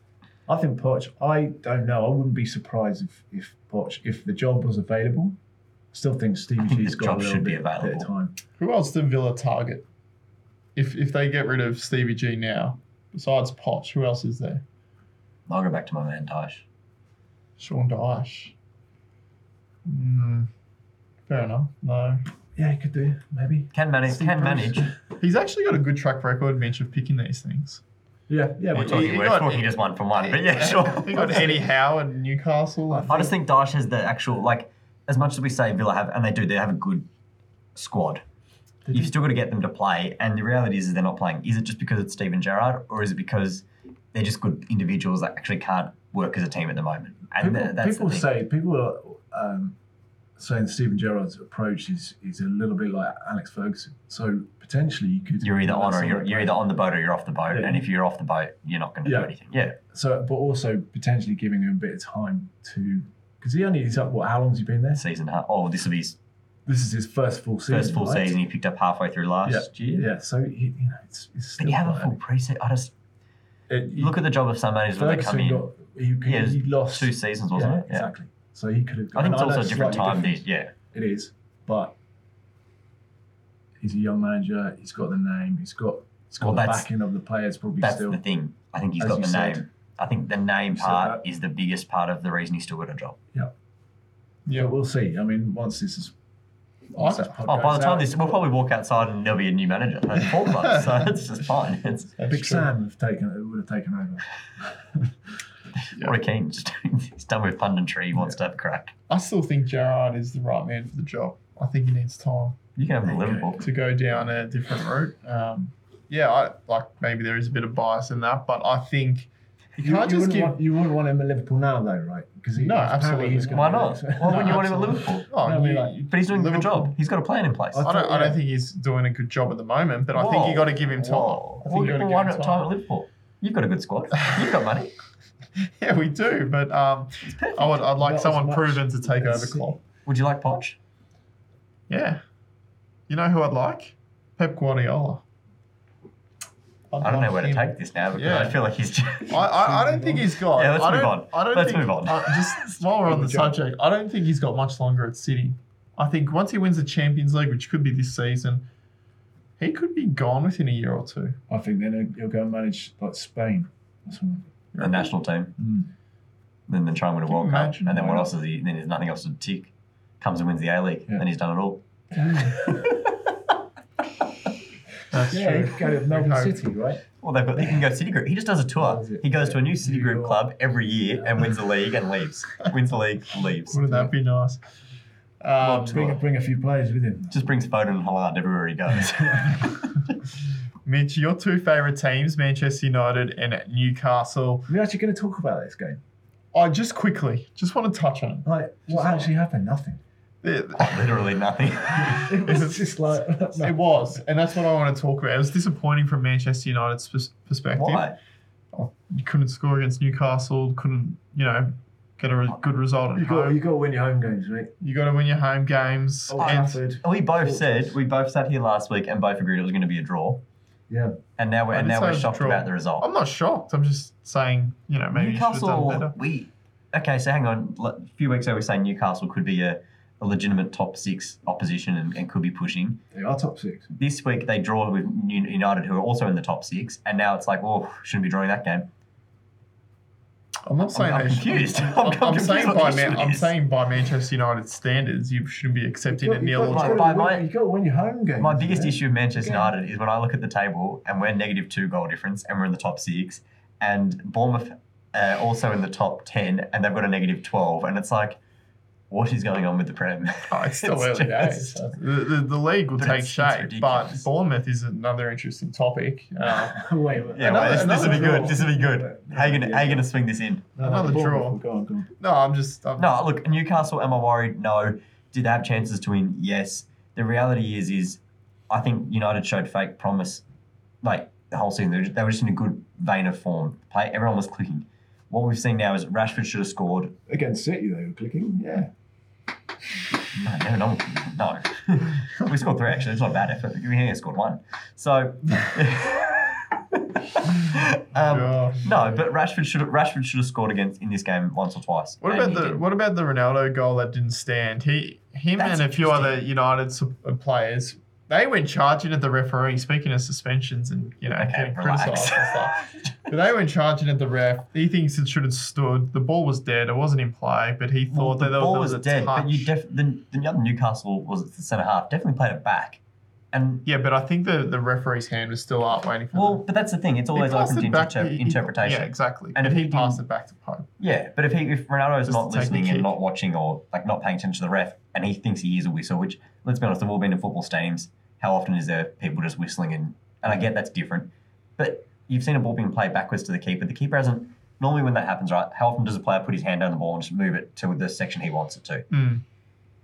C: I think Poch. I don't know. I wouldn't be surprised if if Poch, if the job was available. Still think Stevie
B: I [laughs] think
C: G's
B: the
C: got
B: job
C: a little
B: should be
C: bit, bit
B: available.
C: of time.
A: Who else did Villa target? If if they get rid of Stevie G now, besides Poch, who else is there?
B: I'll go back to my man Dyche.
A: Sean Dyche. Hmm. fair enough. No.
C: Yeah, he could do maybe.
B: Can manage.
A: Steve
B: Can
A: Bruce.
B: manage.
A: He's actually got a good track record, Mitch, of picking these things.
C: Yeah, yeah.
B: We're
C: But
A: he-
B: talking.
A: he
B: We're
A: got-
B: talking just one from one. But
A: [laughs]
B: yeah,
A: He
B: sure.
A: got Eddie Howe at Newcastle. I
B: I just think Dyche has the actual like. As much as we say Villa have, and they do, they have a good squad. You've still got to get them to play, and the reality is, is they're not playing. Is it just because it's Steven Gerrard, or is it because they're just good individuals that actually can't work as a team at the moment? And
C: people,
B: th- that's
C: people
B: the thing.
C: say people are um, saying Stephen Gerrard's approach is is a little bit like Alex Ferguson. So potentially you could
B: you're either on or
C: Somewhere
B: you're, you're
C: close.
B: either on the boat or you're off the boat,
C: Yeah.
B: and if you're off the boat, you're not going to
C: Yeah.
B: do anything. Yeah,
C: So, but also potentially giving him a bit of time to because he only he's up. What? How long's he been there?
B: season. half. Oh, this will be his
C: This is his first full season.
B: first full
C: right?
B: season. He picked up halfway through last
C: Yeah,
B: year.
C: yeah. So he, you know, it's, it's
B: But
C: still
B: you have a
C: quite
B: full preseason. I just
C: early. It- he-
B: look at the job of some managers when they come
C: Ferguson
B: in.
C: got he, he,
B: Yeah,
C: he lost
B: Two seasons,
C: yeah,
B: wasn't it? Yeah.
C: Exactly. So he could have.
B: I think it's
C: know
B: also a different
C: slightly
B: time.
C: different-
B: These, yeah,
C: It is. but he's a young manager. He's got the name. He's got he's got
B: Well,
C: the
B: that's-
C: backing of the players. Probably
B: That's
C: still.
B: the thing. I think he's
C: As
B: got
C: you
B: the
C: said.
B: name. I think the name
C: You said
B: part is the biggest part of the reason he's still got a job.
C: But we'll see. I mean, once this is. once this
B: Oh, by
C: podcast's
B: the time
C: out,
B: this, we'll probably walk outside and there'll be a new manager. That's four months, so it's
C: [laughs]
B: just fine. It's
A: That's
C: Big
A: true.
C: Sam have taken it would have taken over.
A: Yeah.
B: Roy Keane just he's done with punditry. He wants to have a crack.
A: I still think Gerard is the right man for the job. I think he needs time
B: You can have him at
C: Okay.
B: Liverpool.
A: to go down a different route. Um, yeah, I, like maybe there is a bit of bias in that, but I think you can't just
C: wouldn't
A: give.
C: want, you wouldn't want him at Liverpool now, though, right? Because
A: No, absolutely.
C: gonna
B: Why
C: be
B: not?
C: there, so- [laughs]
B: Why wouldn't
A: No,
B: you want him at
A: absolutely.
B: Liverpool?
A: Oh,
C: No, I mean,
A: you-
C: like-
B: But he's doing a good
A: Liverpool-
B: job. He's got a plan in place.
C: I
A: I don't. I
C: thought,
A: don't
C: yeah.
A: think he's doing a good job at the moment, but I think you
B: Whoa.
A: got to give him time.
B: Whoa.
A: I think
B: Well,
A: you got to
B: why
A: give
B: not
A: him
B: time at
A: time.
B: Liverpool? You've got a good squad. You've got money.
A: [laughs] Yeah, we do, but um,
B: It's
A: [laughs]
B: perfect.
A: I would. I'd like
C: Not as
A: someone
C: much
A: proven to take
C: as
A: over
C: City.
A: Klopp.
B: Would you like Poch?
A: Yeah, you know who I'd like? Pep Guardiola. I'd
B: I don't know
A: like
B: where to
A: him.
B: take this now because
A: Yeah.
B: I feel like he's. Just,
A: I,
B: [laughs]
A: I, I don't think he's got.
B: Yeah, let's
A: I
B: move
A: don't-
B: on.
A: I don't
B: Let's
A: think,
B: move on.
A: uh, just
C: [laughs]
A: while we're on the
C: Good job.
A: subject, I don't think he's got much longer at City. I think once he wins the Champions League, which could be this season, he could be gone within a year or two.
C: I think then he'll go and manage like Spain. Or something.
B: the national team,
C: Mm.
B: then then try and win a
A: Can you
B: World Cup,
A: imagine
B: and then
A: why
B: what
A: not?
B: else is he? Then there's nothing else to tick. Comes and wins the A League,
C: Yeah.
B: and he's done it all.
A: That's
C: Yeah, he could go to Melbourne
A: Okay.
C: City, right?
B: Well, they've got he can go Citigroup. He just does a tour.
C: Does it?
B: He goes to a new
C: New
B: Citigroup
C: York.
B: club every year and wins the league
A: [laughs]
B: and leaves. Wins the league, leaves.
A: Wouldn't that be nice? Um,
B: Well,
C: Bring, bring a few players with him.
B: Just brings Foden and Holland everywhere
A: [laughs]
B: he goes.
A: [laughs]
B: [laughs]
A: Mitch, your two favourite teams, Manchester United and Newcastle.
C: We're actually going to talk about this game.
A: I just quickly just want to touch on
C: Like, what
A: Just-
C: actually happened? Nothing. [laughs]
A: it.
B: Literally nothing.
A: [laughs]
C: It [laughs] was just like
A: It was, and that's what I want to talk about. It was disappointing from Manchester United's pers- perspective.
B: Why?
A: You couldn't score against Newcastle. Couldn't, you know, get a re- good result at
C: you got
A: home.
C: you got to win your home games, mate.
A: You got to win your home games.
C: Old
A: and
C: Trafford.
B: We both said we both sat here last week and both agreed it was going to be a draw,
C: Yeah,
B: and now we're
A: I
B: and
A: did
B: now
A: say it
B: we're
A: was a
B: shocked
A: draw.
B: about the result.
A: I'm not shocked. I'm just saying, you know, Oh, maybe you should have done
B: Newcastle,
A: better.
B: we okay. So hang on. L- A few weeks ago, we were saying Newcastle could be a, a legitimate top six opposition and, and could be pushing.
C: they are top six.
B: This week they draw with New- United, who are also in the top six, and now it's like, oh, shouldn't be drawing that game.
A: I'm not saying
B: I'm
A: they should-
B: confused. [laughs]
A: I'm,
B: I'm
A: I'm
B: confused
A: saying
B: what
A: by
B: the issue
A: Man- I'm
B: is.
A: saying by Manchester United standards, you shouldn't be accepting
C: You
A: a
C: got-
A: nil
C: you
A: or
C: got,
A: draw.
C: you
B: by
C: got to
B: my-
C: win, you got to win your home games.
B: My biggest
C: mate.
B: issue with Manchester
C: Yeah.
B: United is when I look at the table and we're negative two goal difference and we're in the top six, and Bournemouth uh, also in the top 10 and they've got a negative 12. And it's like, what is going on with the Prem? [laughs]
A: Oh, [laughs] it's still
B: It's
A: early days.
B: just-
A: The, the, the league will
B: But
A: take
B: it's- it's
A: shape, but
B: ridiculous.
A: Bournemouth is another interesting topic. Um,
C: [laughs] wait, wait.
B: Yeah,
A: Another-
B: well, this, this will be
A: another
B: good. This will be good. How you gonna, how you gonna swing this in?
A: another draw.
C: Go on, go on.
A: [laughs] no, I'm just. I'm,
B: No, look, Newcastle. Am I worried? No. Did they have chances to win? Yes. The reality is, is I think United showed fake promise, like the whole season. They were just, they were just in a good vein of form. Play, everyone was clicking. What we've seen now is Rashford should have scored.
C: Against City, they were clicking. Yeah.
B: No, no, no,
A: [laughs]
B: no. we scored three actually. It's not a bad effort. We only scored one. So. [laughs] um,
A: Yeah.
B: No, but Rashford should Rashford should have scored against in this game once or twice.
A: What
B: and
A: about
B: he
A: the
B: didn't.
A: what about the Ronaldo goal that didn't stand? He him
B: That's
A: and a few
B: interesting.
A: other United su- uh, players they went charging at the referee. Speaking of suspensions and you know
B: Okay,
A: getting
B: relax.
A: criticised and
B: [laughs]
A: stuff, but they went charging at the ref. He thinks it should have stood. The ball was dead. It wasn't in play, but he
B: Well,
A: thought
B: the
A: that
B: ball
A: there
B: was,
A: was a
B: dead,
A: touch.
B: but you def- the, the other Newcastle was the centre half definitely played it back, and
A: yeah, but I think the, the referee's hand was still up waiting for.
B: well,
A: them.
B: but that's the thing; it's
A: He
B: always
A: passed
B: open to
A: it back
B: interpre-
A: he- he-
B: interpretation.
A: Yeah, exactly. And
B: And if
A: if
B: he
A: he passed
B: didn't-
A: it back to Pope,
B: Yeah, but if he if Ronaldo's
A: Just to
B: not
A: take the
B: listening and
A: kick.
B: not watching or like not paying attention to the ref, and he thinks he is a whistle, which let's be honest, they've all been in football stadiums. How often is there people just whistling and and I get that's different, but you've seen a ball being played backwards to the keeper. The keeper hasn't normally when that happens, right? How often does a player put his hand down the ball and just move it to the section he wants it to?
A: Mm.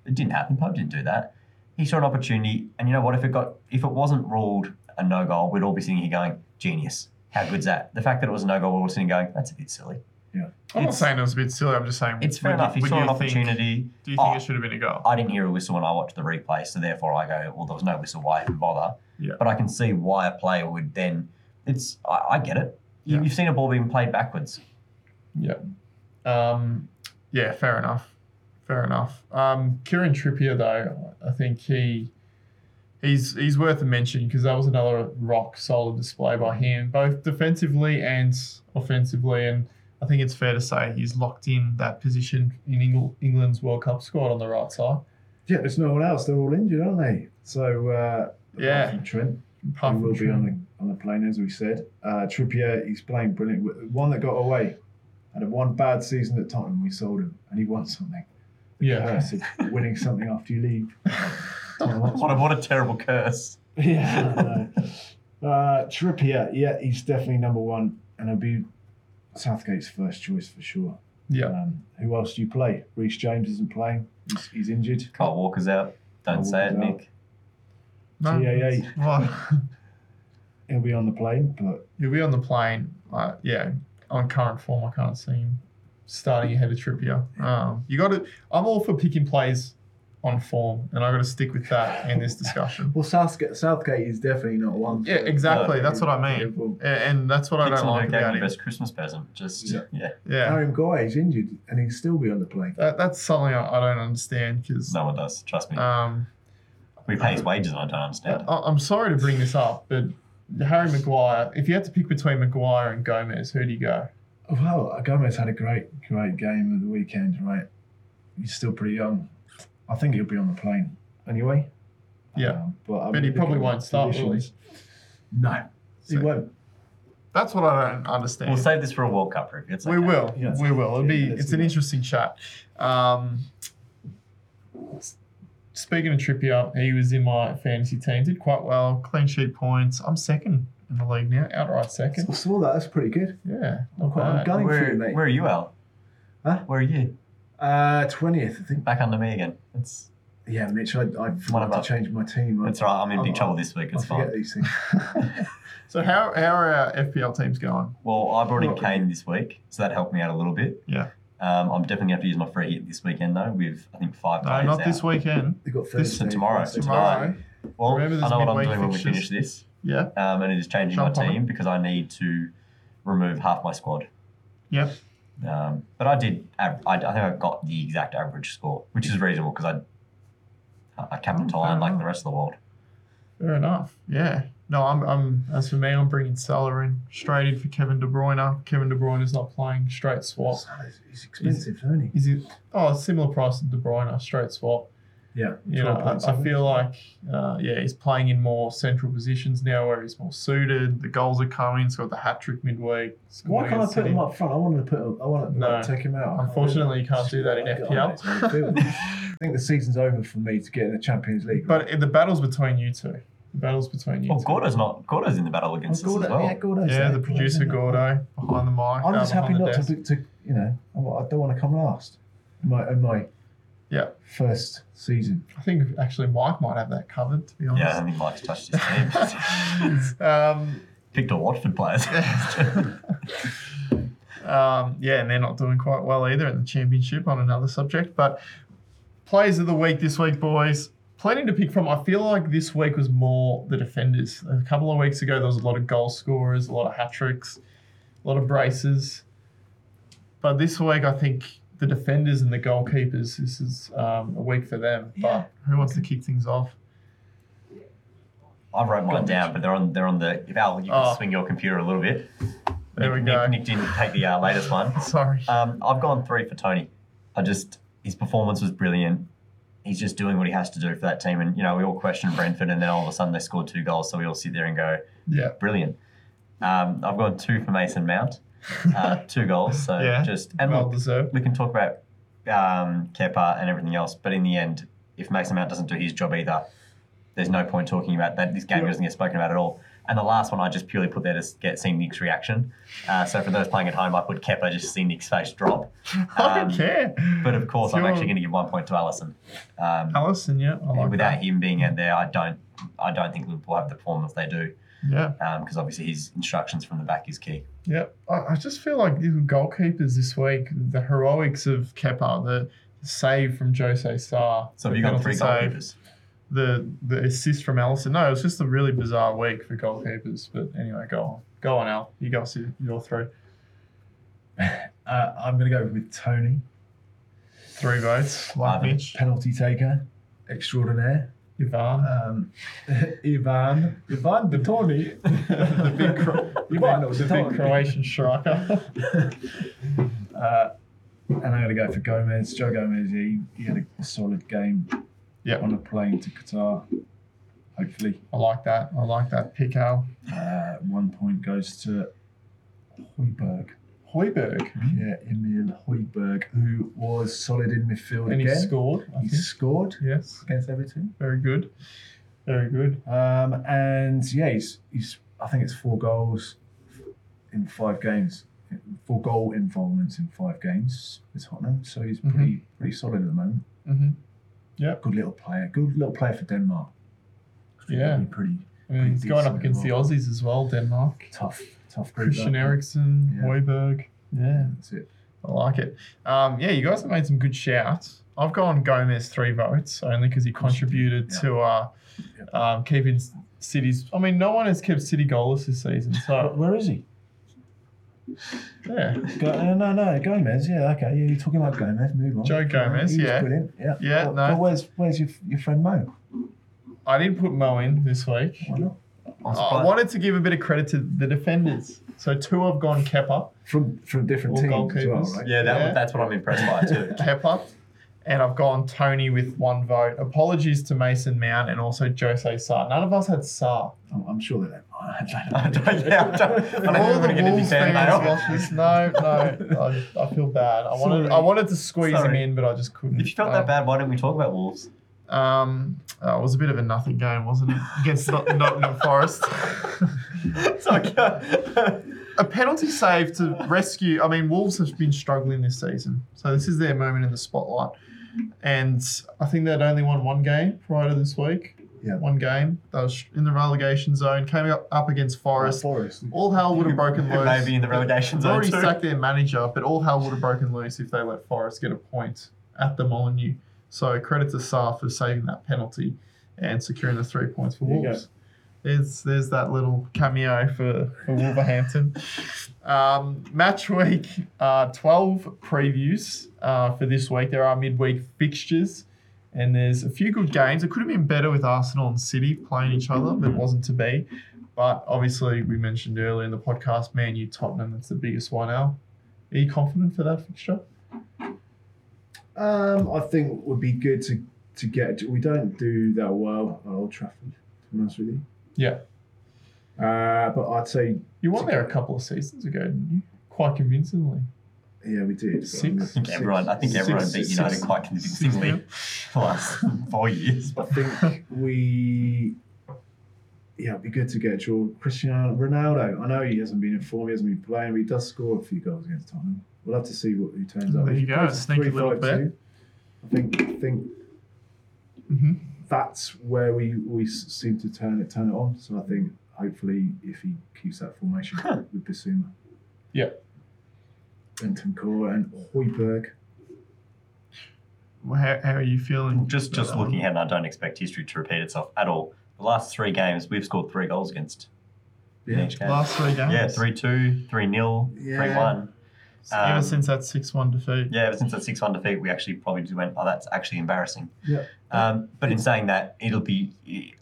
B: It didn't happen. Pope didn't do that. He saw an opportunity, and you know what? If it got, if it wasn't ruled a no goal, we'd all be sitting here going, "Genius! How good's that?" The fact that it was a no goal, we're all sitting going, "That's a bit silly."
A: I'm not
B: It's-
A: saying it was a bit silly. I'm just saying
B: It's fair
A: would
B: enough. He
A: would
B: saw an
A: think-
B: opportunity.
A: do you think
B: Oh.
A: it should have been a goal?
B: I didn't hear a whistle when I watched the replay, so therefore I go, well, there was no whistle. Why even bother?
A: Yeah.
B: But I can see why a player would then. It's I, I get it. You,
A: Yeah.
B: You've seen a ball being played backwards.
A: Um, yeah, fair enough. Fair enough. Um, Kieran Trippier, though, I think he he's he's worth a mention because that was another rock solid display by him, both defensively and offensively. And I think it's fair to say he's locked in that position in Engl- England's World Cup squad on the right side.
C: Yeah, there's no one else. They're all injured, aren't they? So uh,
A: Yeah.
C: apart from Trent,
A: Apart
C: who
A: from
C: will be
A: Trent.
C: on the on the plane as we said. Uh, Trippier, he's playing brilliant. W- One that got away, had a one bad season at Tottenham. We sold him, and he won something.
A: yeah.
C: Curse of [laughs] winning something after you leave.
B: What a, what a terrible curse.
C: Yeah. uh, Trippier, yeah, he's definitely number one, and it'll be Southgate's first choice for sure.
A: [laughs] Yeah.
C: Um, who else do you play? Reece James isn't playing. He's, he's injured.
B: Carl Walker's out. Don't
C: Carl
B: say it,
C: Walker's out.
B: Nick.
A: No,
C: TAA.
A: well,
C: He'll be on the plane, but
A: he'll be on the plane. Uh, yeah, on current form, I can't see him starting ahead of Trippier. Um, you got to. I'm all for picking plays on form, and I got to stick with that in this discussion.
C: well, Southgate, Southgate is definitely not one.
A: [laughs] Yeah,
B: Uh,
A: exactly. That's what I mean,
C: mean.
A: A- and that's what I
B: Pixel
A: don't like
B: who gave
A: about
B: me
A: him.
B: best Christmas present. Just
C: Yeah.
B: yeah.
A: Yeah,
C: Aaron Goy's injured, and he'll still be on the plane.
A: that, that's something I, I don't understand because.
B: no one does. Trust me.
A: Um,
B: we pay his wages, and I don't understand. it.
A: I- I'm sorry to bring this up, but Harry Maguire. If you had to pick between Maguire and Gomez, who do you go?
C: Well, Gomez had a great, great game of the weekend, right? He's still pretty young. I think he'll be on the plane anyway.
A: Yeah.
C: Um, but, I'm
A: But he probably
C: looking
A: won't
C: at
A: start, will he?
C: positions. No, he
A: So-
C: won't.
A: That's what I don't understand.
B: We'll save this for a World Cup review. It's
A: We
B: okay.
A: will.
C: Yeah.
A: We will. It'll
C: Yeah,
A: be.
C: yeah, let's
A: it's
C: do
A: an
C: that.
A: interesting chat. Um, s- speaking of Trippier, he was in my fantasy team. Did quite well. Clean sheet points. I'm second in the league now. Outright
C: I
A: second.
C: saw that. That's pretty good.
A: Yeah.
C: I'm
A: Not
C: quite- I'm
A: bad.
C: gunning for
B: Where,
C: you, mate.
B: where are you, Al?
C: Huh?
B: Where are you?
C: Uh, 20th, I think.
B: Back under me again. It's
C: Yeah, Mitch, I, I forgot to
B: about-
C: change my team. I,
B: that's right. I'm in big
C: I-
B: trouble this week.
C: I
B: It's
C: forget
B: fine.
C: these things.
A: [laughs] So how how are our FPL teams going?
B: Well, I brought in
C: Not
B: Kane this week, so that helped me out a little bit.
A: Yeah.
B: Um, I'm definitely going to have to use my free hit this weekend though. With I think five
A: No,
B: players
A: not
B: out.
A: this weekend.
C: They've got
A: This-
C: Thursday,
B: tomorrow.
C: Thursday.
A: Tomorrow.
B: Well,
A: Remember this
B: I know what I'm
A: midweek
B: doing when we
A: fixtures?
B: finish this,
A: Yeah.
B: um, and it is changing
A: Jump
B: my
A: on it.
B: team because I need to remove half my squad.
A: Yep.
B: Um, but I did. av- I, I think I got the exact average score, which is reasonable because I I capped
A: Oh,
B: it
A: fair
B: on like
A: enough.
B: the rest of the world.
A: Fair enough. Yeah. No, I'm, I'm. As for me, I'm bringing Salah in straight in for Kevin De Bruyne. Kevin De Bruyne is not playing. Straight swap.
C: It's- It's expensive, isn't it?
A: Is it? Oh, similar price to De Bruyne. Straight swap.
C: Yeah.
A: You know, I, I
C: 12.7.
A: feel like uh, yeah, he's playing in more central positions now where he's more suited. The goals are coming. He's got the hat trick midweek. He's got
C: Why can't I
A: against
C: put him
A: City.
C: up front? I want to put. him- I want to
A: No.
C: take him out.
A: Unfortunately, you can't do that in
C: I
A: [laughs]
C: can't.
A: FPL.
C: I think the season's over for me to get in the Champions League.
A: but in the battles between you two, the battles between you
B: Well,
A: two.
B: Gordo's not. Gordo's in the battle
C: Oh,
B: against us
C: Gordo,
B: as well.
C: yeah, Gordo's
A: Yeah,
C: there.
A: the
C: Gordo's
A: producer
C: in there.
A: Gordo behind the mic.
C: I'm
A: uh,
C: just happy
A: behind the
C: not to,
A: desk.
C: to, you know, I I don't want to come last. In my in my
A: Yeah.
C: first season.
A: I think actually Mike might have that covered. To be
B: Yeah, I don't
A: honest.
B: think Mike's touched his
C: [laughs]
A: [laughs]
B: team.
A: um,
B: Picked a Watford players.
A: [laughs] um, yeah, and they're not doing quite well either in the championship on another subject. But players of the week this week, boys. Plenty to pick from. I feel like this week was more the defenders. A couple of weeks ago, there was a lot of goal scorers, a lot of hat tricks, a lot of braces. But this week, I think the defenders and the goalkeepers, this is um, a week for them.
C: Yeah.
A: But who wants to kick things off?
B: I wrote mine down, but they're on. They're on the. If Al, you can
A: Oh.
B: swing your computer a little bit.
A: There we
B: Nick,
A: go.
B: Nick, Nick didn't take the uh, latest one.
A: Sorry.
B: Um, I've gone three for Tony. I just his performance was brilliant. He's just doing what he has to do for that team, and you know we all questioned Brentford, and then all of a sudden they scored two goals, so we all sit there and go,
A: Yeah.
B: brilliant. Um, I've gone two for Mason Mount, uh, two goals.
A: [laughs]
B: So
A: Yeah.
B: just and
A: well
B: look,
A: deserved. [laughs]
B: we can talk about um, Kepa and everything else, but in the end, if Mason Mount doesn't do his job either, there's no point talking about that. This game
C: Yeah.
B: doesn't get spoken about at all. And the last one I just purely put there to s- get see Nick's reaction. Uh, so for those playing at home, I put Kepa just to see Nick's
A: [laughs]
B: face drop.
A: I don't
B: Um,
A: care.
B: But of course,
A: It's
B: I'm
A: your-
B: actually going to give one point to Allison. Um,
A: Allison, yeah, I like
B: without
A: that.
B: him being out there, I don't, I don't think Liverpool have the performance they do
A: Yeah,
B: because obviously his instructions from the back is key.
A: yeah. I, I just feel like these goalkeepers this week, the heroics of Kepa, the save from Jose Sarr, the
B: So have you got
A: penalty
B: three
A: save,
B: goalkeepers?
A: the the assist from Allison. No, it was just a really bizarre week for goalkeepers. But anyway, go on, go on, Al. You got your- your three.
C: Uh, I'm going to go with Tony.
A: Three votes, like
B: Ivan.
A: Mitch.
C: penalty taker extraordinaire.
A: Ivan.
C: Um, Ivan, Ivan the Tony,
A: the big, Cro-
C: [laughs] Ivan or
A: the big
C: Tony.
A: Croatian striker.
C: Uh, and I'm going to go for Gomez. Joe Gomez, he, he had a solid game
A: Yeah.
C: on a plane to Qatar. Hopefully,
A: I like that. I like that pick, Al.
C: uh, one point goes to Hoiberg.
A: Hoiberg.
C: Yeah, Emil Hoiberg, who was solid in midfield
A: And he
C: again.
A: scored. I
C: He
A: think.
C: scored
A: Yes.
C: against Everton.
A: Very good. Very good.
C: Um, and yeah, he's, he's I think it's four goals in five games, four goal involvements in five games with Tottenham. So he's
A: Mhm.
C: pretty pretty solid at the moment.
A: Mm-hmm.
C: Good little player, good little player for Denmark.
A: Yeah.
C: Be pretty
A: I mean, he's going up against the Aussies as well, Denmark.
C: tough, tough group.
A: Christian
C: that.
A: Eriksen,
C: eh? Yeah.
A: Hoiberg. Yeah,
C: That's it.
A: I like it. Um, yeah, you guys have made some good shouts. I've gone Gomez three votes only because he contributed
C: Yeah.
A: to uh, um, keeping City's. I mean, no one has kept City goalless this season,
C: But [laughs]
A: so
C: Uh, where is he?
A: yeah.
C: Go, uh, no, no, Gomez. Yeah, okay. Yeah, you're talking about Gomez. Move on.
A: Joe Gomez,
C: He was
A: yeah.
C: brilliant. Yeah.
A: Yeah,
C: But,
A: no.
C: but where's where's your your friend Mo?
A: I didn't put Mo in this week.
C: Why not?
B: I'm
A: I
B: surprised-
A: wanted to give a bit of credit to the defenders. So two have gone Kepper,
C: From from different
A: All
C: teams as well,
A: goalkeepers.
C: right?
B: yeah, that,
A: Yeah.
B: that's what I'm impressed by too.
A: Kepper, and I've gone Tony with one vote. Apologies to Mason Mount and also Jose Sarr. None of us had Sarr.
C: I'm, I'm sure that. [laughs] I don't know.
B: I don't, yeah, I don't, I don't
A: All
B: think
A: the
B: we're going to be
A: Wolves
B: saying
A: fans
B: that.
A: watch this. No, no, I, I feel bad. I wanted,
B: Sorry.
A: I wanted to squeeze him
B: Sorry.
A: in, but I just couldn't.
B: If you felt that bad, why don't we talk
A: [laughs]
B: about Wolves? [laughs]
A: bad, um, uh, it was a bit of a nothing game, wasn't it? Against
B: [laughs]
A: Not- Nottingham Forest,
B: It's okay.
A: a penalty save to rescue. I mean, Wolves have been struggling this season, so this is their moment in the spotlight. And I think they'd only won one game prior to this week.
C: Yeah.
A: One game. They was in the relegation zone. Came up up against Forest.
C: Forest.
A: All hell would have broken loose.
B: Maybe in the relegation
A: They've
B: zone
A: already
B: too.
A: sacked their manager, but all hell would have broken loose if they let Forest get a point at the Molineux. So credit to Saar for saving that penalty and securing the three points for
C: There you go.
A: Wolves. There's, there's that little cameo for, for
C: [laughs]
A: Wolverhampton. Um, match week uh, 12 previews uh, for this week. There are midweek fixtures, and there's a few good games. It could have been better with Arsenal and City playing each other, but it wasn't to be. But obviously, we mentioned earlier in the podcast, Man U Tottenham, that's the biggest one out. Are you confident for that fixture?
C: Um, I think it would be good to to get. We don't do that well at Old Trafford, to be honest with you.
A: Yeah.
C: Uh, but I'd say
A: You won there a couple of seasons ago, didn't you? Quite convincingly.
C: yeah, we did.
A: Six.
C: I
A: I
B: I think
C: mean,
B: everyone, I think
A: Six-
B: everyone
A: six-
B: beat United
A: six-
B: quite convincingly [laughs] the last four years.
C: I think we. Yeah, it'd be good to get a draw. Cristiano Ronaldo. I know he hasn't been in form. He hasn't been playing. But he does score a few goals against Tottenham. We'll have to see what who turns up.
A: There
C: If
A: you
C: he
A: go,
C: plays a
A: sneaky little bit.
C: 3-5-2, I think. I think
A: Mm-hmm.
C: that's where we we s- seem to turn it turn it on. So I think hopefully if he keeps that formation
B: Huh.
C: with Basuma.
A: Yeah.
C: Benton Core and Hoiberg.
A: How, how are you feeling? Um,
B: Just just looking ahead, and I don't expect history to repeat itself at all. The last three games, we've scored three goals against in each game.
A: Last three games.
B: yeah, 3 2, 3 0, 3
C: Yeah.
B: 1.
A: Ever
B: Um,
A: since that 6 1 defeat.
B: Yeah, ever since that 6 1 defeat, we actually probably just went, oh, that's actually embarrassing.
C: Yeah.
B: Um, but in saying that, it'll be,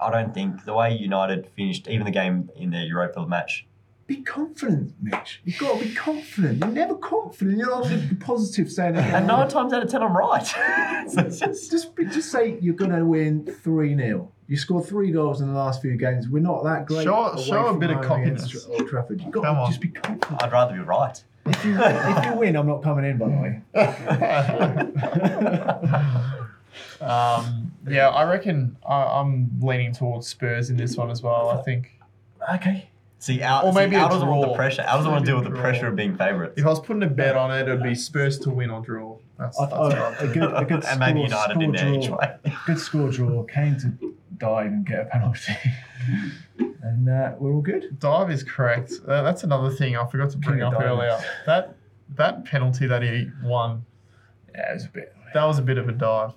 B: I don't think the way United finished, even the game in the Europa match,
C: Be confident, Mitch. You've got to be confident. You're never confident. You're always positive saying that.
B: and nine times out of 10, I'm right. [laughs] so it's just.
C: Just be- just say you're gonna win three 0 You scored three goals in the last few games. We're not that great.
A: Show-
C: away
A: show a
C: from
A: bit of
C: home against
A: cockiness.
C: Old Trafford. You've got
A: Come
C: to
A: on.
C: just be confident.
B: I'd rather be right.
C: If you, if you win, I'm not coming in, by the
A: [laughs]
C: way.
A: um, yeah, I reckon I, I'm leaning towards Spurs in this one as well. I think
B: [laughs] Okay. See, Al,
A: Or maybe
B: see, Al
A: a
B: doesn't want
A: draw.
B: the pressure. Al doesn't want to deal with the
A: Draw.
B: pressure of being favourites.
A: if I was putting a bet on it, it'd be Spurs to win or draw. That's,
C: I-
A: that's
C: I-
A: what I'm
C: oh, a
A: thinking.
C: good,
B: [laughs]
C: a
A: [laughs]
C: good
B: and maybe
C: score,
B: United
C: score
B: in
C: draw,
B: there each way.
C: Good score draw. Kane to dive and get a penalty, [laughs] and uh, we're all good.
A: Dive is correct. Uh, that's another thing I forgot to bring
C: King of
A: up
C: diamonds.
A: earlier. That that penalty that he won,
C: Yeah, it was a bit.
A: that was a bit of a dive.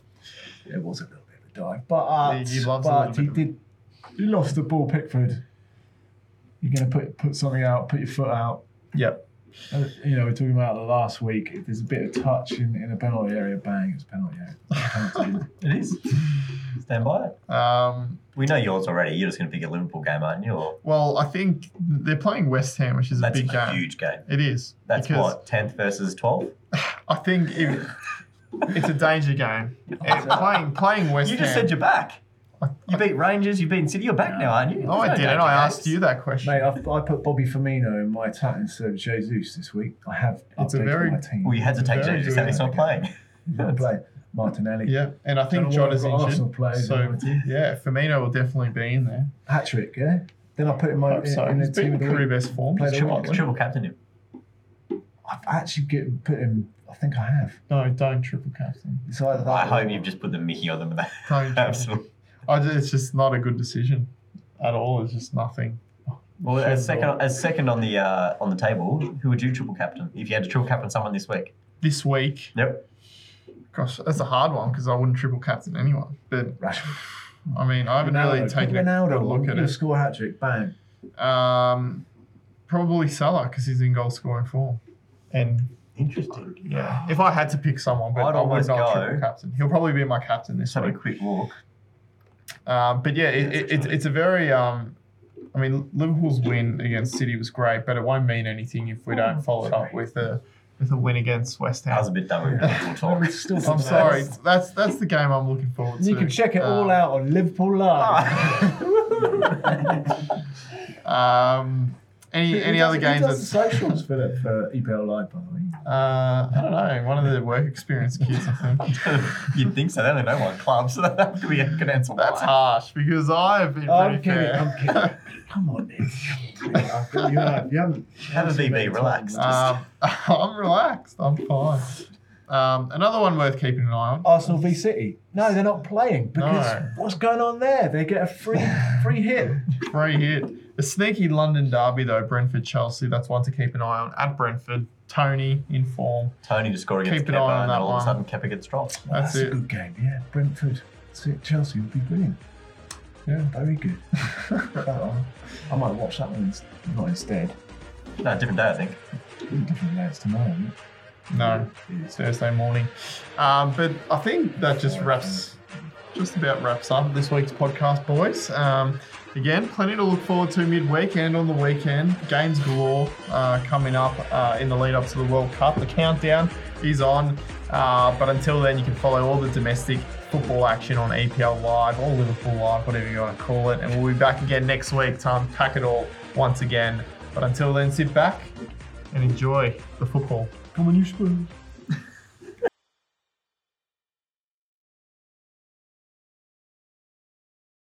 C: It was a little bit of a dive, but uh,
A: He- he loves a
C: but
A: little bit
C: he
A: of-
C: did. He lost the ball, Pickford. You're gonna put put something out. Put your foot out.
A: Yep.
C: uh, you know, we're talking about the last week. If there's a bit of touch in, in a penalty area, bang, it's penalty area.
A: [laughs]
C: Penalty.
B: [laughs] It is. Stand by it.
A: Um,
B: We know yours already. You're just going to pick a Liverpool game, aren't you? Or
A: well, I think they're playing West Ham, which is a
B: that's
A: big
B: a
A: game.
B: huge game.
A: It is.
B: That's
A: because
B: what tenth versus twelfth.
A: I think it, it's a danger
C: [laughs]
A: game. And playing playing West
B: You just
A: Ham.
B: said you're back. You beat Rangers. You beat City. You're back now, aren't you?
A: no, Oh, I
B: There's
A: didn't.
B: danger
A: I
B: games.
A: asked you that question.
C: Mate, I've, I put Bobby Firmino in my attack instead of Jesus this week. I have
A: It's a
C: updated
A: very-
C: my team.
B: Well, you had to take
A: Very
B: Jesus.
A: good.
B: and He's not playing.
C: He's not playing. Martinelli.
A: yeah, and I
C: Don't
A: think
C: know why
A: John
C: I've
A: is
C: got Arsenal
A: injured.
C: players
A: So-
C: in my team.
A: Yeah, Firmino will definitely be in there.
C: hat trick, yeah. Then I put in
A: I
C: my
A: hope so.
C: in, in
A: He's
C: the team
A: been
C: of
A: in
C: the
A: career
C: week.
A: best form.
C: Played a
B: Triple,
C: lot.
A: surely.
B: triple captain him.
C: I've actually get, put him. I think I have.
A: No, don't triple captain.
C: It's either that.
B: I hope
C: or-
B: you've just put the Mickey on them. [laughs]
A: Don't triple.
B: Absolutely.
A: I ju- it's just not a good decision at all. It's just nothing.
B: Well, as
A: Sure.
B: second, as second on the uh, on the table, who would you triple captain if you had to triple captain someone this week?
A: This week,
B: Yep.
A: gosh, that's a hard one because I wouldn't triple captain anyone. But
C: Rashford.
A: I mean, I haven't
C: Ronaldo.
A: really taken
C: Put
A: a
C: Ronaldo.
A: good
C: on,
A: look at
C: he'll
A: it.
C: Score hat trick, bang.
A: Um, probably Salah because he's in goal scoring form. And
B: Interesting.
A: yeah, if I had to pick someone, but
B: I'd
A: I would
B: almost
A: not
B: go-
A: triple captain. He'll probably be my captain this
B: Just have a
A: week.
B: quick walk.
A: Um, but yeah, it, it, it's it's a very. Um, I mean, Liverpool's win against City was great, but it won't mean anything if we don't follow it up with a with a win against West
B: I was a
A: Ham. [laughs]
B: bit done with Liverpool talk. [laughs]
C: It's still
A: I'm
C: something
A: sorry,
C: else.
A: that's that's the game I'm looking forward to.
C: You can check it all
A: Um,
C: out on Liverpool Live.
A: [laughs] Um, any any other games?
C: That's
A: That's,
C: socials for the for EPL Live, by the way.
A: uh, I don't know. One of the work experience kids, I
C: [laughs]
A: think.
B: You'd think so. They only know one club, so [laughs] that could be a good answer.
A: That's
B: why.
A: harsh because I've been pretty
C: I'm kidding.
A: fair.
C: I'm
A: [laughs]
C: kidding. Come on, Nick. I feel You have- you haven't.
B: Have a BB, relax.
A: Um, [laughs] I'm relaxed. I'm fine. Um, another one worth keeping an eye on.
C: Arsenal v City. No, they're not playing because
A: No.
C: what's going on there? They get a free free hit.
A: Free hit. The sneaky London derby though, Brentford Chelsea. That's one to keep an eye on. At Brentford, Tony in form.
B: Tony just scored against
A: Keep an eye on
B: Kepa, and
A: that
B: all of a
A: one.
B: sudden Kepa gets dropped.
C: Well,
A: That's
C: that's
A: it.
C: a good game. Yeah, Brentford. See, Chelsea would be brilliant. Yeah, very good. [laughs] That one. I might watch that one ins- not instead.
B: No, different day, I think.
C: Ooh, Different lads tomorrow. isn't it?
A: No, it's Thursday morning. Um, but I think that just wraps just about wraps up this week's podcast, boys. Um, again, plenty to look forward to midweek and on the weekend. Games galore uh, coming up uh, in the lead up to the World Cup. The countdown is on. Uh, but until then, you can follow all the domestic football action on EPL Live or Liverpool Live, whatever you want to call it. And we'll be back again next week to unpack it all once again. But until then, sit back and enjoy the football.
C: Come on, you spoon.